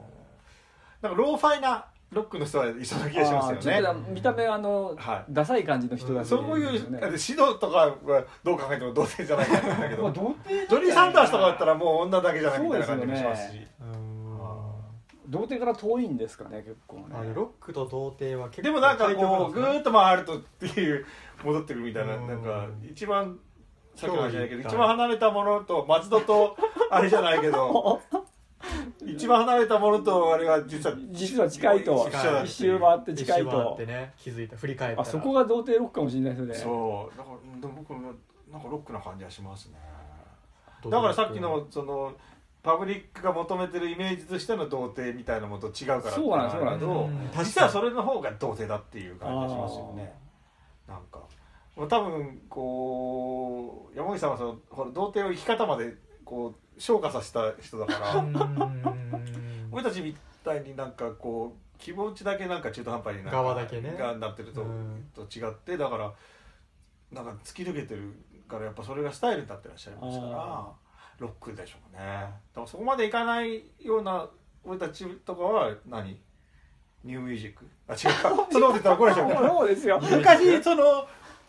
Speaker 4: あー
Speaker 2: なんかローファイなロックの人はいそうな気がしま
Speaker 4: あ
Speaker 2: す
Speaker 4: ー
Speaker 2: よ
Speaker 4: ちょっ
Speaker 2: ね
Speaker 4: と見た目あの、
Speaker 2: は
Speaker 4: ダサい感じの人だ
Speaker 2: そういう
Speaker 4: ね
Speaker 2: 指導とかはどう考えても同性じゃないかと思うんだけ
Speaker 4: まあ
Speaker 2: ど
Speaker 4: 童貞
Speaker 2: ジョニー・サンダースとかだったらもう女だけじゃないみたいな感じもします
Speaker 4: そうですよ
Speaker 2: し
Speaker 1: ううーん
Speaker 4: 童貞から遠いんですかね結構ね
Speaker 1: あロックと童貞は結構
Speaker 2: でもなんかこう
Speaker 1: グ
Speaker 2: ぐーっと回るとっていう戻ってくるみたいな
Speaker 1: うん
Speaker 2: なんか一番さっきの話じゃないけど
Speaker 1: そう
Speaker 2: 一番離れたものと松戸とあれじゃないけ [LAUGHS] ど一番離れたものとあれは実は
Speaker 4: 実は近いと
Speaker 2: 一緒だ
Speaker 4: 一周回って近い
Speaker 1: 一周回っ
Speaker 4: と
Speaker 1: てね気づいた振り返った
Speaker 4: あ
Speaker 1: ら
Speaker 4: そこが童貞ロックかもしれないですね
Speaker 2: そうだからうんでも僕もなんかロックな感じがしますね
Speaker 1: 童貞
Speaker 2: だからさっき [LAUGHS] のそのパブリックが求めてるイメージとしての童貞みたいなものと違うから
Speaker 4: そうなんです
Speaker 2: っていのがあるけ
Speaker 1: そう
Speaker 2: ど
Speaker 1: なんです
Speaker 2: 実はそれの方が童貞だっていう感じがしますよねなんかまあ多分こう山口さんはそのほら童貞を生き方までこう昇華させた人だか
Speaker 1: [LAUGHS] う
Speaker 2: ら
Speaker 1: ーん
Speaker 2: 俺たちみたいになんかこう気持ちだけなんか中途半端になんか
Speaker 1: 側だけね
Speaker 2: がなってると、
Speaker 1: うん
Speaker 2: と違ってだからなんか突き抜けてるからやっぱそれがスタイルになってらっしゃいますから
Speaker 4: あ
Speaker 2: ロックでしょうねだからそこまでいかないような俺たちとかは何ニューミュージックあ違う [LAUGHS] かそのこと言ったら怒られちゃうから
Speaker 4: そうですよ
Speaker 2: 昔その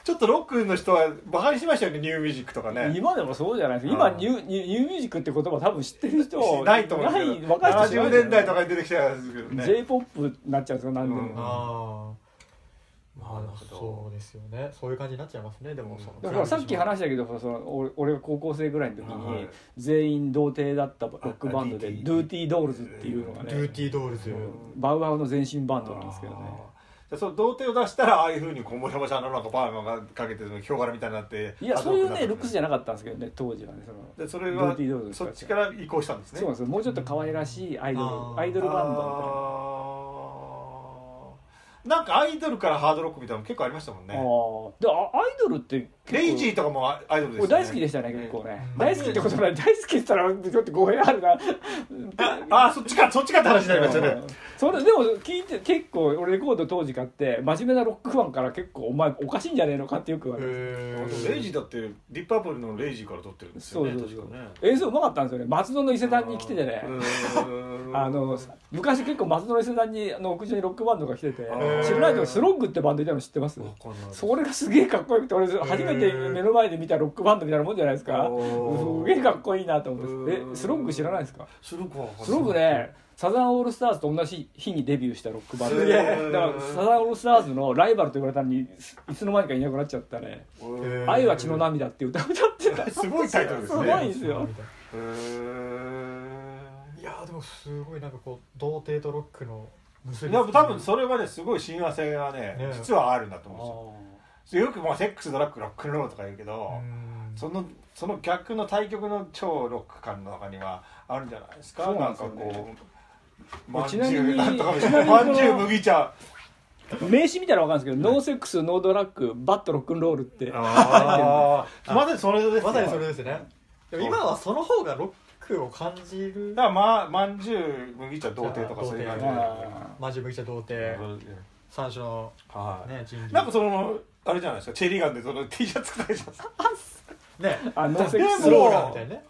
Speaker 2: ちょっとロックの人はバカにしましたよねニューミュージックとかね
Speaker 4: 今でもそうじゃないですか今
Speaker 2: うん
Speaker 4: ニューニューニューミュージックって言葉多分知ってる人
Speaker 2: ないと思うんで
Speaker 4: な
Speaker 2: す
Speaker 4: い
Speaker 2: けど
Speaker 4: 若い人知ら
Speaker 2: 70
Speaker 4: ない
Speaker 2: 年代とかに出てきたやつですけどね
Speaker 4: j p o p になっちゃうんですよ何でも、
Speaker 2: うん
Speaker 1: ああ
Speaker 2: なる
Speaker 1: まあ
Speaker 2: ほど
Speaker 1: そうですよねそういう感じになっちゃいますねでもその
Speaker 4: だからさっき話したけどその俺俺が高校生ぐらいの時に、
Speaker 2: はい
Speaker 4: 全員童貞だったロックバンドで
Speaker 2: あ
Speaker 4: 「
Speaker 2: あ DT
Speaker 4: ドゥーティードールズ」っていうのが
Speaker 1: ドゥー
Speaker 4: ね
Speaker 1: ティードールズ
Speaker 4: バウアウの前身バンドなんですけどね
Speaker 2: じゃあその童貞を出したらああいうふうにこうモリャモリャのなんかパーマがかけてヒョウ柄みたいになって
Speaker 4: いやそういうねルックスじ
Speaker 2: ゃ
Speaker 4: ゃなかったんですけどね当時はねその
Speaker 2: でそれ
Speaker 4: ドゥ
Speaker 2: は
Speaker 4: ーティードールですか
Speaker 2: そっちから移行したんですね
Speaker 4: そうなんですよもうちょっと可愛らしいアイドル、
Speaker 1: あー
Speaker 4: アイドルバンド
Speaker 2: あーなんかアイドルからハードロックみたいなの結構ありましたもん
Speaker 4: みたいな、
Speaker 2: ね
Speaker 4: ああであアイドルって結構
Speaker 2: レイジーとかもアイドルですよ
Speaker 4: 俺
Speaker 2: ね
Speaker 4: 大好きでしたね結構ね、大好きってことない大好きって言ったらちょっと語弊あるな
Speaker 2: ああそっちかそっちかって話になりましたね
Speaker 4: それでも聞いて結構俺レコード当時買って真面目なロックファンから結構お前おかしいんじゃねえのかってよく言われる
Speaker 2: レイジーだってディップアップルのレイジーから撮ってるんですよね
Speaker 4: そうそうそう
Speaker 2: 確かね
Speaker 4: 映像うまかったんですよね松戸の伊勢丹に来ててね
Speaker 2: うーん
Speaker 4: [LAUGHS] あの昔結構松戸のさんにあの屋上にロックバンドが来てて
Speaker 2: ー
Speaker 4: 知らないけどスロッグってバンドいたの知ってます
Speaker 2: わかんない
Speaker 4: それがすげえかっこよくて俺初めて目の前で見たロックバンドみたいなもんじゃないですか
Speaker 2: お
Speaker 4: す
Speaker 2: ー
Speaker 4: [LAUGHS] げえかっこいいなと思って
Speaker 2: う
Speaker 4: え
Speaker 2: ん
Speaker 4: スロッグ知らないですか
Speaker 2: スロッグはわかんない
Speaker 4: スロッグねサザンオールスターズと同じ日にデビューしたロックバンド
Speaker 2: すげえ
Speaker 4: だからサザンオールスターズのライバルと言われたのにいつの間にかいなくなっちゃったね
Speaker 2: へ
Speaker 4: 「
Speaker 2: ー
Speaker 4: 愛は血の涙」って歌を歌ってた
Speaker 2: すごいタイトルですね
Speaker 4: すごいですよ
Speaker 2: へー
Speaker 1: いやーでもすごいなんかこう童貞とロックの結
Speaker 2: で
Speaker 1: び
Speaker 2: も多分それはねすごい親和性がね
Speaker 1: ね
Speaker 2: 実はあるんだと思うんですよよくまあセックスドラッグロックンロールとか言うけど、
Speaker 1: うん
Speaker 2: そのその逆の対極の超ロック感の中にはあるんじゃないですか
Speaker 4: そう
Speaker 2: な
Speaker 4: なん
Speaker 2: ん
Speaker 4: です
Speaker 2: か
Speaker 4: よね
Speaker 2: こうまんじゅ
Speaker 4: ちなみ
Speaker 2: う
Speaker 4: に
Speaker 2: なんとかみたい
Speaker 4: ち
Speaker 2: な
Speaker 4: なみにこ
Speaker 2: ま
Speaker 4: の
Speaker 2: んじゅう麦茶
Speaker 4: 名刺見たら分かるんですけど「ノーセックスノードラッグバッドロックンロール」って
Speaker 2: ああ [LAUGHS] まさにそれですよ
Speaker 1: まさにそれですねでも今はその方がロックを感じる
Speaker 2: だからままんじゅう麦茶童貞とかそういう感じ
Speaker 1: 童
Speaker 4: 貞
Speaker 1: マジ麦茶童貞三種の
Speaker 2: はい、
Speaker 1: ね人
Speaker 2: なんか
Speaker 1: 類
Speaker 2: そのあれじゃないですかチェリーガンでその T シャツ着たりします
Speaker 1: ね
Speaker 4: あノーセックス
Speaker 1: スローガンみたいなね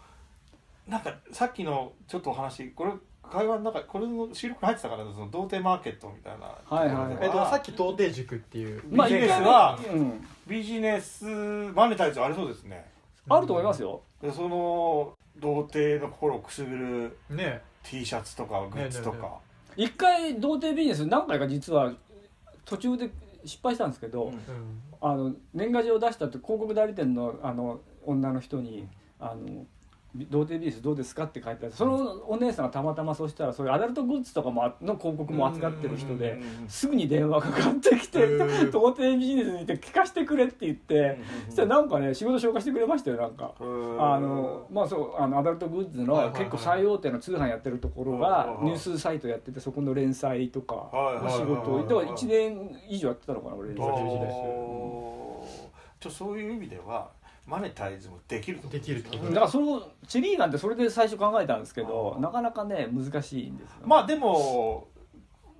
Speaker 2: なんかさっきのちょっとお話これ会話の中これの収録に入ってたからその童貞マーケットみたいな
Speaker 4: はいはい
Speaker 1: えっとさっ
Speaker 2: き
Speaker 1: き童貞塾っていう
Speaker 4: まあ
Speaker 2: ビジネス
Speaker 4: 一回ね
Speaker 2: は
Speaker 4: うん
Speaker 2: ビジネスマネタイズありそうですね
Speaker 4: あると思いますよ
Speaker 2: でその童貞の心をくすぐる
Speaker 1: ね
Speaker 2: T シャツとかグッズとか、
Speaker 1: ね
Speaker 4: 一回童貞ビジネス何回か実は途中で失敗したんですけ
Speaker 2: う
Speaker 4: ど、
Speaker 2: ん
Speaker 1: うん
Speaker 4: あの年賀状を出したって広告代理店のあの女の人に「あの童貞ビジネスどうですか?」って書いてあってそのお姉さんがたまたまそうしたらそういうアダルトグッズとかもあの広告も扱ってる人
Speaker 2: う
Speaker 4: で
Speaker 2: んうんうん
Speaker 4: すぐに電話かかってきて
Speaker 1: う
Speaker 4: 「
Speaker 1: ん
Speaker 4: 童貞ビジネスに行って聞かせてくれ」って言ってそしたらなんかね仕事紹介してくれましたよなんか。あのまあ、そうあのアダルトグッズ
Speaker 1: はい
Speaker 4: の
Speaker 1: はいはい
Speaker 4: 結構最大手の通販やってるところ
Speaker 2: はい
Speaker 4: が
Speaker 2: はいはい
Speaker 4: ニュースサイトやっててそこの連載とか
Speaker 2: はいはいはい
Speaker 4: の仕事をだから1年以上やってたのかな俺連載
Speaker 1: あー
Speaker 4: ビジネ
Speaker 2: ちょそういう意味ではマネタイズもできるってことすよね
Speaker 1: できるって
Speaker 4: スだからそのチェリーガンってそれで最初考えたんですけど
Speaker 2: あー
Speaker 4: なかなかね難しいんですよ、
Speaker 2: まあでも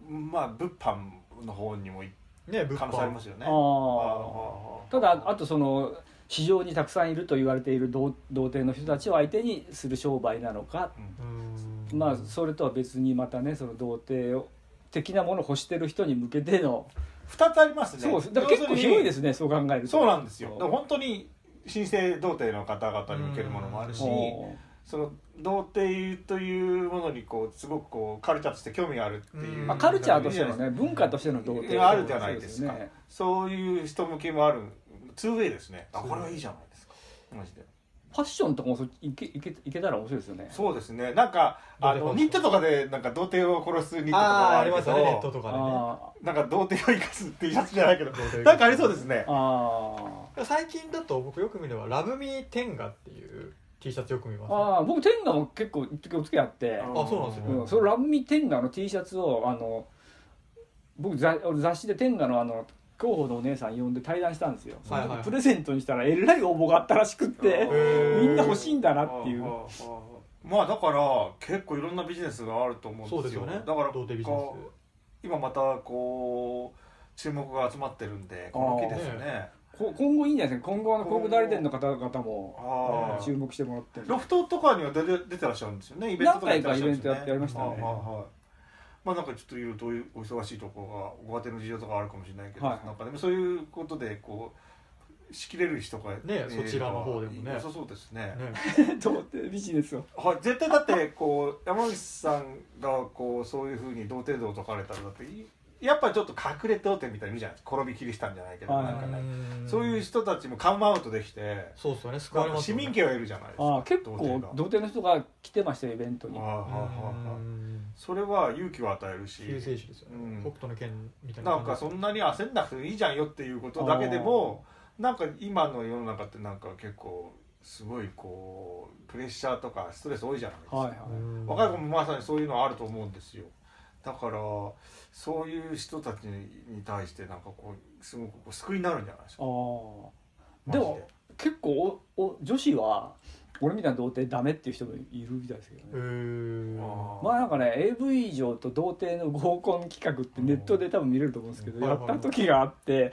Speaker 2: まあ物販の方にも行
Speaker 1: ね
Speaker 2: く
Speaker 1: 物
Speaker 2: 可能性ありま
Speaker 1: 販
Speaker 2: すよね
Speaker 4: あーただあとその市場にたくさんいると言われている童童貞の人たちを相手にする商売なのか
Speaker 1: うん
Speaker 4: まあそれとは別にまたねその童貞を的なものを欲してる人に向けての
Speaker 2: 2つありますね
Speaker 4: そうだから結構広いですねそう考える
Speaker 2: 要
Speaker 4: と
Speaker 2: するにそうなんですよ
Speaker 4: そ
Speaker 2: だ
Speaker 4: う
Speaker 2: から本当に新生童貞の方々に受けるものもあるし
Speaker 4: お
Speaker 2: その童貞というものにこうすごくこうカルチャーとして興味があるっていう
Speaker 4: ー
Speaker 1: ん
Speaker 2: う
Speaker 4: まあ、カルチャーとしての
Speaker 2: いいじゃない
Speaker 4: ね文化としての童貞
Speaker 2: あるじゃないですか
Speaker 4: そうね
Speaker 2: そういう人向けもある 2way ですねあこれはいいじゃないですかマジで
Speaker 4: ファッションとかもそっちいけいけいけたら面白いですよね
Speaker 2: そうですねなんか
Speaker 1: 童
Speaker 2: あ
Speaker 1: 貞ファッショ
Speaker 2: の
Speaker 1: ン
Speaker 2: ニットとかでなんか童貞を殺すニットとか
Speaker 1: あ
Speaker 2: は
Speaker 1: あ
Speaker 2: あ
Speaker 1: あり
Speaker 2: る
Speaker 1: ま
Speaker 2: け
Speaker 1: すよねネット
Speaker 2: ど
Speaker 1: とかでね
Speaker 4: あ
Speaker 2: なんか童貞を生かす T シャツじゃないけど
Speaker 1: 童貞を生かす
Speaker 2: [LAUGHS] なんかありそうですね
Speaker 4: ーあ
Speaker 1: 最近だと僕よく見るのは「ラブミーテンガ」っていう T シャツよく見ま
Speaker 4: ー
Speaker 1: すね
Speaker 4: あー僕天ガも結構一時お付き合いあって、
Speaker 1: あそうなんです
Speaker 4: う
Speaker 1: よ
Speaker 4: ん、そのラブミテンガの T シャツをあの僕ざ俺雑誌でテンガのあの広報のお姉さん呼んで対談したんですよ、
Speaker 1: はいはいはい
Speaker 4: プレゼントにしたらえらい応募があったらしくって
Speaker 1: へー
Speaker 4: みんな欲しいんだなっていう
Speaker 2: ああああまあだから結構いろんなビジネスがあると思うんです
Speaker 1: そ
Speaker 2: よ
Speaker 1: うですよね
Speaker 2: だから
Speaker 1: 童貞ビジネ
Speaker 2: こう今またこう注目が集まってるんでこの木ですよね
Speaker 4: こ今後いいんじゃないですか今後あの広告代理店の方々
Speaker 2: あ
Speaker 4: も
Speaker 2: あ
Speaker 1: ね
Speaker 4: 注目してもらって
Speaker 2: ロフトとかには出て出てらっしゃるんですよねイベントとかやってらっしゃるんですよね
Speaker 4: 何回かイベントやってやりましたね
Speaker 2: はいはいはいまあなんかちょっといろいろとお忙しいところがご家庭の事情とかあるかもしれないけど、
Speaker 4: はい
Speaker 2: なんかでもそういうことでこう仕切れる人が
Speaker 1: ねそちらの方でもね
Speaker 2: 良さそうですね
Speaker 1: ね
Speaker 4: 童貞ビジネスを
Speaker 2: はい、絶対だってこう山口さんがこうそういうふうに童貞道を解かれたらだっていやっぱちょっと隠れ童貞みたいにいるじゃないですか転びきりしたんじゃないけど
Speaker 4: はい
Speaker 2: なんかね
Speaker 1: うん
Speaker 2: そういう人たちもカムアウトできて
Speaker 1: そうっすよね救わ
Speaker 2: な
Speaker 1: れ
Speaker 2: ん
Speaker 1: ます
Speaker 2: か市
Speaker 1: よね
Speaker 2: 民権を得るじゃないです
Speaker 4: ああ
Speaker 2: か
Speaker 4: 結構
Speaker 2: 童貞が
Speaker 4: 童貞の人が来てましたよイベントに
Speaker 2: はいはいはいは
Speaker 1: う
Speaker 2: い
Speaker 1: ん
Speaker 2: それは勇気を与えるし
Speaker 1: 救世主ですよね、
Speaker 2: うん
Speaker 1: 北斗の剣みたいな
Speaker 2: なんか
Speaker 1: そ
Speaker 2: そんなに焦んなくていいじゃんよっていうことだけでもなんか今の世の中ってなんか結構すごいこうプレッシャーとかストレス多いじゃないですか、
Speaker 4: はいはい、
Speaker 2: 若い子もまさにそういうのはあると思うんですよだからそういう人たちに対してなんかこうすごくこう救いになるんじゃないです
Speaker 4: あ
Speaker 2: か
Speaker 4: あでも結構おお女子は俺みたいな童貞ダメっていう人もいるみたいですけど
Speaker 1: う
Speaker 4: ね
Speaker 1: ん
Speaker 4: まあ
Speaker 2: あ
Speaker 4: なんかね AV 以上と童貞の合コン企画ってネットで多分見れると思うんですけ
Speaker 1: うん
Speaker 4: どやった時があって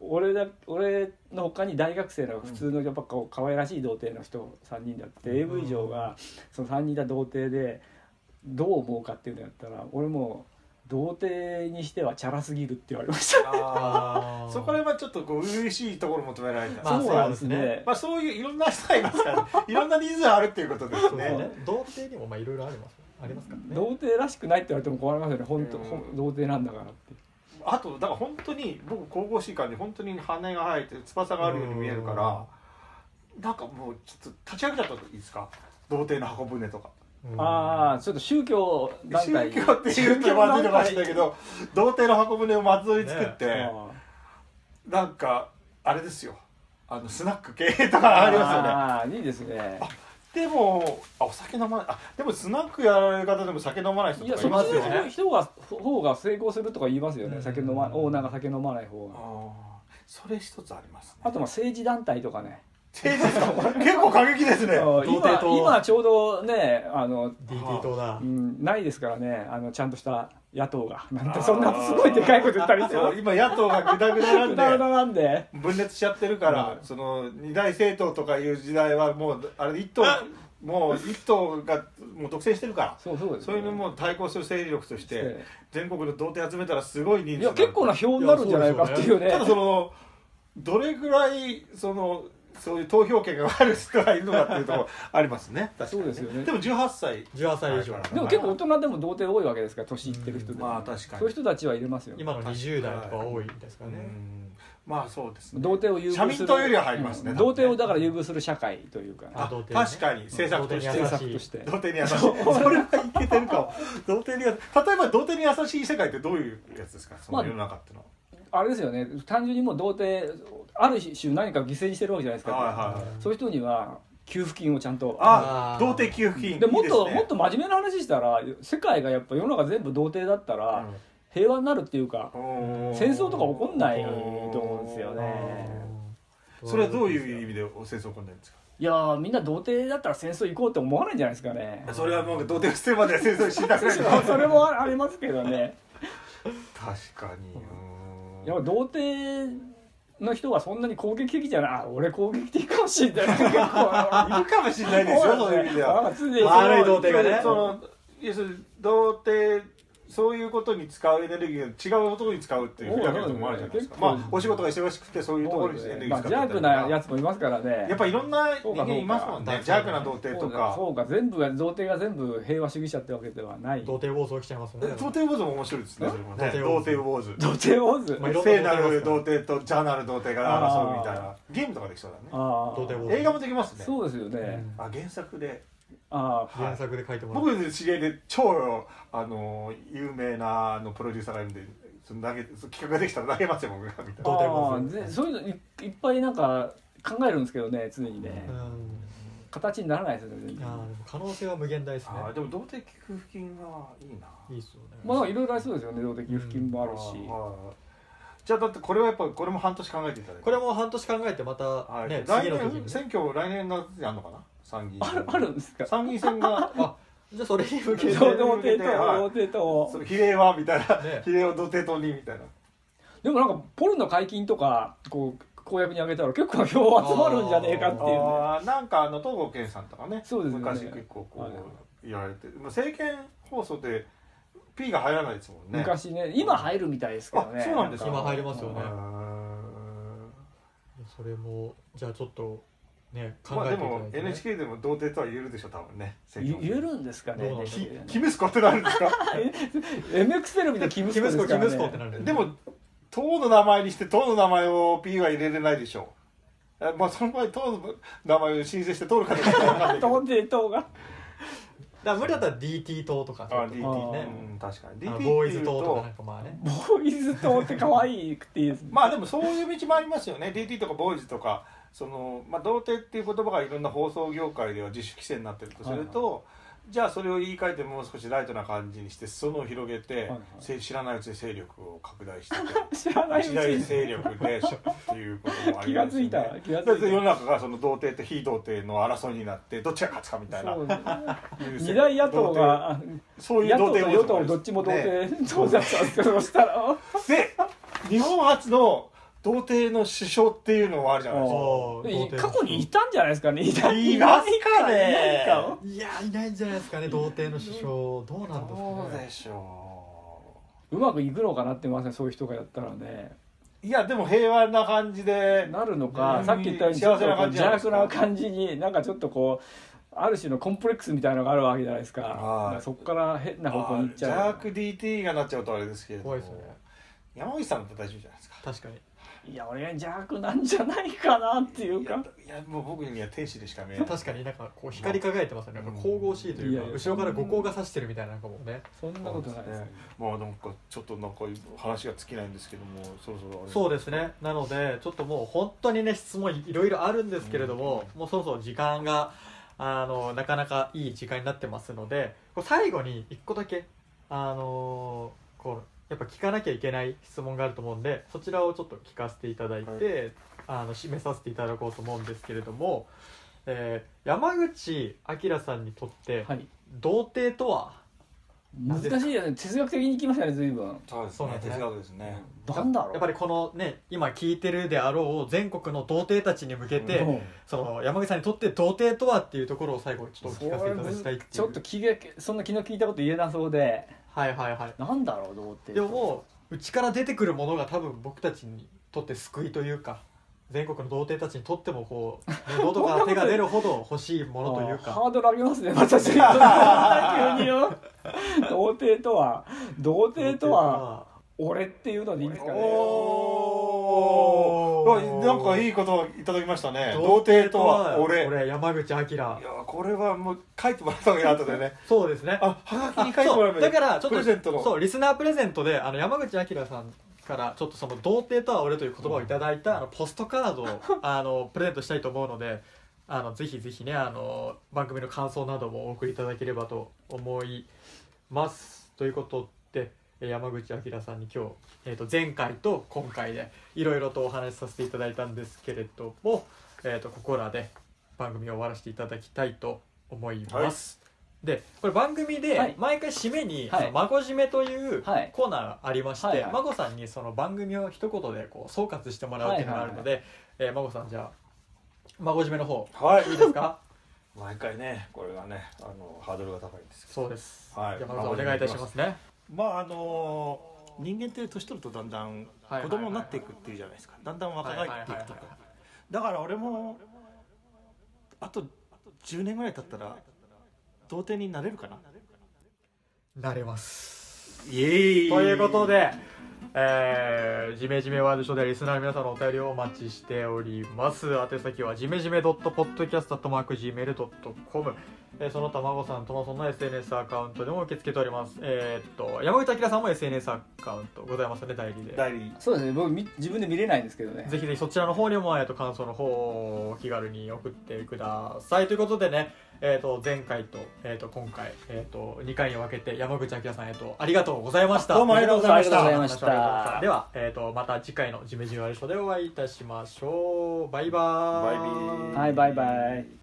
Speaker 4: 俺だ俺の他に大学生の普通のやっぱこう可愛らしい童貞の人3人だって AV 以上がその3人いた童貞でどう思うかっていうのやったら俺もう童貞にしてはチャラすぎるって言われました
Speaker 1: あ
Speaker 2: あ
Speaker 1: ー [LAUGHS]
Speaker 2: あそこら辺はちょっとこう嬉しいところ求められた、
Speaker 1: ま
Speaker 2: ま
Speaker 1: あ
Speaker 2: あ
Speaker 1: そうなんですね
Speaker 2: まあ、そういういろんな人がいますからいろんなニーズがあるっていうことです
Speaker 1: そう
Speaker 2: ね
Speaker 1: ね童貞にもまあいろいろありますありますからね
Speaker 4: 童貞らしくないって言われても困りますよね本当、
Speaker 2: うん
Speaker 4: ほん童貞なんだからって
Speaker 2: あとだから本当に僕神々しい感じ本当に羽が生えて翼があるように見えるからなんかもうちょっと立ち上げちゃったといいですか童貞の箱舟とか
Speaker 1: うん
Speaker 4: ああちょっと宗教団
Speaker 2: 宗
Speaker 4: 体
Speaker 2: 教っていうとまずいのかもしれないけど童貞の箱舟をまつり作って、
Speaker 4: あ
Speaker 2: なんかあれですよあのスナック系とかありますよね
Speaker 4: あーいいですね
Speaker 2: でもあお酒飲まないあでもスナックやられる方でも酒飲まない人
Speaker 4: い
Speaker 2: と
Speaker 4: や
Speaker 2: か
Speaker 4: そ
Speaker 2: い
Speaker 4: っ
Speaker 2: ま
Speaker 4: ち
Speaker 2: すよね
Speaker 4: の人が方が成功するとか言いますよね、
Speaker 1: うん
Speaker 4: 酒飲まオーナーが酒飲まない方
Speaker 2: あー
Speaker 4: が
Speaker 2: それ一つあります
Speaker 4: あ
Speaker 2: ね
Speaker 4: とまあ政治団体とかね
Speaker 2: 政治ですか [LAUGHS] 結構過激ですね
Speaker 4: あー
Speaker 1: 童貞
Speaker 4: 今
Speaker 1: と
Speaker 4: 今ちょうどねあの、
Speaker 1: DT 党だ
Speaker 4: うん、ないですからねあのちゃんとした野党がなんてそんなすごいでかいこと言ったりして
Speaker 2: そう今野党がグダグダな
Speaker 4: だら
Speaker 2: んで
Speaker 4: だらなんで
Speaker 2: 分裂しちゃってるから、その二大政党とかいう時代はもうあれ一党もう一党がもう独占してるから
Speaker 4: そうそうです
Speaker 2: そういうのも対抗する勢力として
Speaker 4: え
Speaker 2: 全国の童貞集めたらすごい人数
Speaker 4: えい
Speaker 2: にな
Speaker 4: や
Speaker 2: る
Speaker 4: 結構な票になるんじゃないかっていうね
Speaker 2: ただそのどれぐらいそのそういう投票権がある人がいるのかっていうとこ
Speaker 4: [LAUGHS]
Speaker 2: ろありますね確かに
Speaker 4: そうですよね
Speaker 2: でも18歳
Speaker 1: 18歳以上
Speaker 4: でも結構大人でも童貞多いわけですから年いってる人でも、
Speaker 2: まあ確かに
Speaker 4: そういう人たちは入れますよ
Speaker 1: 今の20代とか多いですから
Speaker 2: う
Speaker 1: ね
Speaker 2: んまあそうですね
Speaker 4: 童貞を優遇する
Speaker 2: 社民党よりは入りますね
Speaker 4: うん童貞をだから優遇する社会というか、ね、
Speaker 1: あ
Speaker 2: あ
Speaker 1: 童貞ね
Speaker 2: 確かに政策として
Speaker 1: うん
Speaker 4: 政策として
Speaker 2: 童貞に優しいそれはいけてるかも童貞に優しい例えば童貞に優しい世界ってどういうやつですかその世の中ってのは、
Speaker 4: あれですよね単純にもう童貞ある種何かを犠牲にしてるわけじゃないですか、
Speaker 2: はいはいはい
Speaker 4: そういう人には給付金をちゃんと
Speaker 2: あ
Speaker 1: あー
Speaker 2: 童貞給付金いい
Speaker 4: でもっと
Speaker 2: ですね
Speaker 4: もっと真面目な話したら世界がやっぱ世の中全部童貞だったら、平和になるっていうか
Speaker 2: うん
Speaker 4: 戦争とか起こんないと思うんですよ
Speaker 2: う
Speaker 4: ね
Speaker 2: んそれはどういう意味でお戦争を起こんないんですか
Speaker 4: いやーみんな童貞だったら戦争行こうって思わないんじゃないですかね
Speaker 2: [LAUGHS] それはもう童貞を捨てるまでは戦争しなくない
Speaker 4: それもありますけどね
Speaker 2: 確かに
Speaker 4: やっぱ童貞の人はそんなに攻撃的じゃないあ俺攻撃的かもしれない結構
Speaker 2: いるかもしれないですよそういう意味では
Speaker 4: なんか常に
Speaker 1: 悪い童貞がね
Speaker 2: その要するに童貞そういうことに使うエネルギーを違うことに使うっていうふうなこともあるじゃないですか、
Speaker 4: そうですね
Speaker 2: まあ、お仕事が忙しくてそういうところにエネルギ
Speaker 4: ま
Speaker 2: ー
Speaker 4: あ
Speaker 2: 使
Speaker 4: ジ
Speaker 2: って
Speaker 4: ャー
Speaker 2: たり
Speaker 4: ク
Speaker 2: とか
Speaker 4: なやつもいますからね
Speaker 2: やっぱいろんな人間いますもん
Speaker 1: そうかそ
Speaker 2: ね
Speaker 1: うか
Speaker 2: 邪悪な童貞とか
Speaker 4: そうか全部が童貞が全部平和主義者ってわけではない
Speaker 1: 童
Speaker 4: 童
Speaker 1: 貞暴走来ちゃいますね
Speaker 2: え童貞ウォーズも面白いですねそれ
Speaker 1: 童
Speaker 2: もね童
Speaker 1: 貞
Speaker 2: 貞ウォーズ
Speaker 4: 貞オーズ
Speaker 1: まあいろんな
Speaker 2: 聖なる童貞とジャーナル童貞が争うみたいなゲームとかできそうだね
Speaker 4: あ
Speaker 1: 童貞王
Speaker 4: ー
Speaker 2: 映画もできますね
Speaker 4: そうですよね
Speaker 1: うん
Speaker 2: あ原作で
Speaker 4: あ
Speaker 2: はい
Speaker 1: 原作で書いてもらう
Speaker 2: 僕の知り合いで超あの有名なあのプロデューサーがいるんでその投げその企画ができたら投げますよ僕がみたい
Speaker 4: あ
Speaker 1: 童
Speaker 2: な
Speaker 1: 貞王
Speaker 4: ああそういうのいいっぱいなんか考えるんですけどね常にね
Speaker 1: うん
Speaker 4: 形にならないですよね全
Speaker 1: あ
Speaker 4: 然
Speaker 1: ーでも可能性は無限大ですね
Speaker 2: あーでも童貞給付金はいいない
Speaker 1: いっすよね
Speaker 4: まあいろいろありそうですよね動的付金もあるし、
Speaker 2: はいじゃあだってこれはやっぱこれも半年考えていただいて
Speaker 1: これも半年考えてま
Speaker 2: は
Speaker 1: た
Speaker 2: い
Speaker 1: ね
Speaker 2: 来
Speaker 1: 次の時に
Speaker 2: 年選挙来年夏にあるのかな参議院
Speaker 4: あるあるんですか
Speaker 2: 参議院
Speaker 1: [LAUGHS]
Speaker 2: 選が
Speaker 1: あじゃあそれに向け
Speaker 4: 童
Speaker 1: て
Speaker 2: けて
Speaker 4: 貞と童貞
Speaker 2: そ
Speaker 4: と
Speaker 2: の比例はみたいな、
Speaker 1: ね
Speaker 2: 比例を童貞党にみたいな
Speaker 4: でもなんかポルノ解禁とかこう公約に挙げたら結構票集まるんじゃねえかっていうね
Speaker 2: あーなんかあの東郷健さんとかね
Speaker 4: そうですよね
Speaker 2: 昔結構こ
Speaker 4: はいう
Speaker 2: やられて、まあ、政見放送で P が入らないですもんね
Speaker 4: 昔ね今入るみたいですけどね
Speaker 2: あそうなんですか
Speaker 1: 今入りますよね
Speaker 2: うーん
Speaker 1: それもじゃあちょっとね考
Speaker 2: まあ
Speaker 1: えて
Speaker 2: で
Speaker 1: いただい
Speaker 2: も
Speaker 1: て、ね
Speaker 2: NHK でも童貞とは言えるでしょ多分ね
Speaker 4: ゆ
Speaker 2: 政見
Speaker 4: 言えるんですかね
Speaker 1: どうなん
Speaker 2: き
Speaker 4: NHK
Speaker 2: キムスコってなるんですか
Speaker 4: エムエックステレビでキムス
Speaker 1: キ
Speaker 4: コで
Speaker 1: ムス
Speaker 4: す
Speaker 1: コ
Speaker 4: か
Speaker 1: キ
Speaker 4: ら
Speaker 1: ムスコって
Speaker 4: ね
Speaker 1: なるんだよね
Speaker 2: でも党の名前にして党の名前を P は入れれないでしょうあまあその場合党の名前を申請して通るかどうかわかんないけ
Speaker 4: [LAUGHS]
Speaker 2: ど
Speaker 4: 童貞党が
Speaker 1: だから無理だったら DT 党とか
Speaker 2: あ DT
Speaker 1: ね
Speaker 2: ね、うん、確かに
Speaker 1: あの
Speaker 2: DT
Speaker 1: ボーイ
Speaker 2: ってい
Speaker 1: ズ
Speaker 2: う
Speaker 1: 党とか
Speaker 2: と
Speaker 1: なんかまあね
Speaker 4: ボーイズ党って可愛くていいですね
Speaker 2: まあでもそういう道もありますよね DT とかボーイズとかその、まあ、童貞っていう言葉がいろんな放送業界では自主規制になってるとすると、じゃあそれを言い換えてもう少しライトな感じにして裾野を広げて、
Speaker 4: いはい
Speaker 2: せ知らないうちに勢力を拡大
Speaker 4: [LAUGHS]
Speaker 2: して
Speaker 4: 知らないうち
Speaker 2: 一大
Speaker 4: に
Speaker 2: 勢力でっていうこともあり
Speaker 4: 気
Speaker 2: ま
Speaker 4: が
Speaker 2: す
Speaker 4: ついた
Speaker 2: ね。
Speaker 4: 気がつ
Speaker 2: だって世の
Speaker 4: い
Speaker 2: 中がその童貞と非童貞の争いになってどっちが勝つかみた
Speaker 4: た
Speaker 2: いな
Speaker 4: そう
Speaker 2: いう
Speaker 4: 二大野党が
Speaker 2: そういう
Speaker 4: 野
Speaker 2: 童
Speaker 4: 党と
Speaker 2: 貞
Speaker 4: 与党どっちも童
Speaker 2: ね
Speaker 4: 貞党だったんですけどそしたら
Speaker 2: で日本初の童貞の師匠っていうのはあるじゃないですか
Speaker 1: おー
Speaker 4: い
Speaker 1: 童貞
Speaker 4: 過去にいたんじゃないですかねいた
Speaker 2: いますかね
Speaker 4: いないか
Speaker 1: いやいないんじゃないですかね童貞の師匠どうなんです
Speaker 2: ど
Speaker 1: か
Speaker 2: う
Speaker 1: ね
Speaker 2: でしょ
Speaker 4: うまくいくのかなって思いますねそういう人がやったらね
Speaker 2: ういやでも平和な感じで
Speaker 4: なるのか
Speaker 2: うん
Speaker 4: さっき言ったようにちょっとこ
Speaker 2: 幸せな
Speaker 4: う
Speaker 2: 感じじゃ
Speaker 4: 邪
Speaker 2: ないです
Speaker 4: 悪
Speaker 2: か
Speaker 4: な感じになんかちょっとこうある種のコンプレックスみたいなのがあるわけじゃないですかだ
Speaker 2: はい
Speaker 4: からそこから変な方向に行っち
Speaker 2: ジ
Speaker 4: ゃ
Speaker 2: ャーク DT がなっちゃうとあれですけれども
Speaker 1: 怖いですよね
Speaker 2: 山口さんだって大丈夫じゃないですか
Speaker 1: 確かに
Speaker 4: ういや俺が邪悪なんじゃないかなっていうか
Speaker 2: いやいやもう僕には天使でしか見えない
Speaker 1: 確かになんかこう光り輝いてますよねなんか神々しいと
Speaker 4: い
Speaker 1: いう
Speaker 4: や
Speaker 1: か
Speaker 4: いや
Speaker 1: 後ろから五光が差してるみたいななんかもうね
Speaker 4: そんなことないですね
Speaker 2: まあなんかちょっとなんか話が尽きないんですけどもそろそろあれ
Speaker 1: そうですねなのでちょっともう本当にね質問いろいろあるんですけれども、もうそろそろ時間があのなかなかいい時間になってますのでこう最後に一個だけあのこうやっぱ聞かなきゃいけない質問があると思うんでそちらをちょっと聞かせていただいて、
Speaker 2: は
Speaker 1: あの締めさせていただこうと思うんですけれども、えー山口明さんにとって、
Speaker 4: はい
Speaker 1: 童貞とは
Speaker 4: 難しいですね哲学的にいきましたね随分
Speaker 2: そうです
Speaker 1: そう
Speaker 2: ね
Speaker 1: なんですね
Speaker 2: 哲学ですね
Speaker 4: なんだろう
Speaker 1: やっぱりこのね今聞いてるであろう全国の童貞たちに向けて、
Speaker 4: うん
Speaker 1: その山口さんにとって童貞とはっていうところを最後ちょっとお聞かせいただきたいっていう
Speaker 4: ちょっと気がそんな気の利いたこと言えなそうで
Speaker 1: はいはいはい
Speaker 4: なんだろうどうって
Speaker 1: でももううちから出てくるものが多分僕たちにとって救いというか全国の童貞たちにとってもこう、ね、
Speaker 4: [LAUGHS]
Speaker 1: 喉から手が出るほど欲しいものという
Speaker 4: あー
Speaker 1: か
Speaker 4: ハードル上げますねまた随分 [LAUGHS] 急によ童貞とは童貞とは俺っていうのでいいんですかね
Speaker 1: おー
Speaker 2: おなんかいいことをいただきましたね
Speaker 1: 童
Speaker 2: 童
Speaker 1: 貞
Speaker 2: 貞
Speaker 1: と
Speaker 2: と
Speaker 1: は
Speaker 2: は俺
Speaker 1: 俺山口明
Speaker 2: いやこれはもう書いてもらった方がいいなとでね
Speaker 1: そうですね
Speaker 2: あはがきに書いてもらえば
Speaker 1: そ
Speaker 2: いうい
Speaker 1: だからちょっと
Speaker 2: プレゼントの
Speaker 1: そうリスナープレゼントであの山口明さんからちょっとその「童貞とは俺」という言葉をいただいたあのポストカー
Speaker 2: [LAUGHS]
Speaker 1: ドをあのプレゼントしたいと思うのであのぜひぜひねあの番組の感想などもお送りいただければと思いますということでえー山口明さんに今日、えー、と前回と今回でいろいろとお話しさせていただいたんですけれども、えー、とここらで番組を終わらせていただきたいと思います、でこれ番組
Speaker 4: は
Speaker 1: で
Speaker 4: い
Speaker 1: 毎回締めに「
Speaker 4: はい
Speaker 1: あの孫締め」というコ
Speaker 4: はい
Speaker 1: ーナーがありまして、
Speaker 4: はいはい
Speaker 1: 孫さんにその番組を一言でこう総括してもらうっていうのがあるので、えー孫さんじゃあ孫締めの方
Speaker 2: はい
Speaker 1: いいですか
Speaker 2: 毎回ねこれがねあのハードルが高いんですけど
Speaker 1: [LAUGHS] そうです、
Speaker 2: はい
Speaker 1: じゃあ孫さんお願いいたしますね
Speaker 5: まああの人間って年取るとだんだん
Speaker 1: はい
Speaker 5: 子供になっていくっていうじゃないですかだんだん若返っていくと
Speaker 1: はいはいはい
Speaker 5: か
Speaker 1: はい
Speaker 5: だから俺もあと10年ぐらい経ったら童貞になれるかな
Speaker 1: なれます
Speaker 2: イエーイ
Speaker 1: ということで、えー、ジメジメワイドショーではリスナーの皆さんのお便りをお待ちしております。宛先はジメジメ .podcast.gmail.com、えー、その他孫さんともそんな SNS アカウントでも受け付けております。えーっと、山口明さんも SNS アカウントございますね、代理で。
Speaker 2: 代理
Speaker 4: そうですね僕み自分で見れないんですけどね
Speaker 1: ぜひぜひそちらの方にも、えー、と感想の方をお気軽に送ってくださいということでね、えー、と前回と,、えー、と今回、えー、と2回に分けて山口明さん、えー、とありがとうございました
Speaker 2: どうもありがとうございました
Speaker 4: ありがとうございました
Speaker 1: では、えー、とまた次回の「ジメジメワイルドショー」でお会いいたしましょうバイバーイ
Speaker 2: バイビー
Speaker 4: はいバイバイ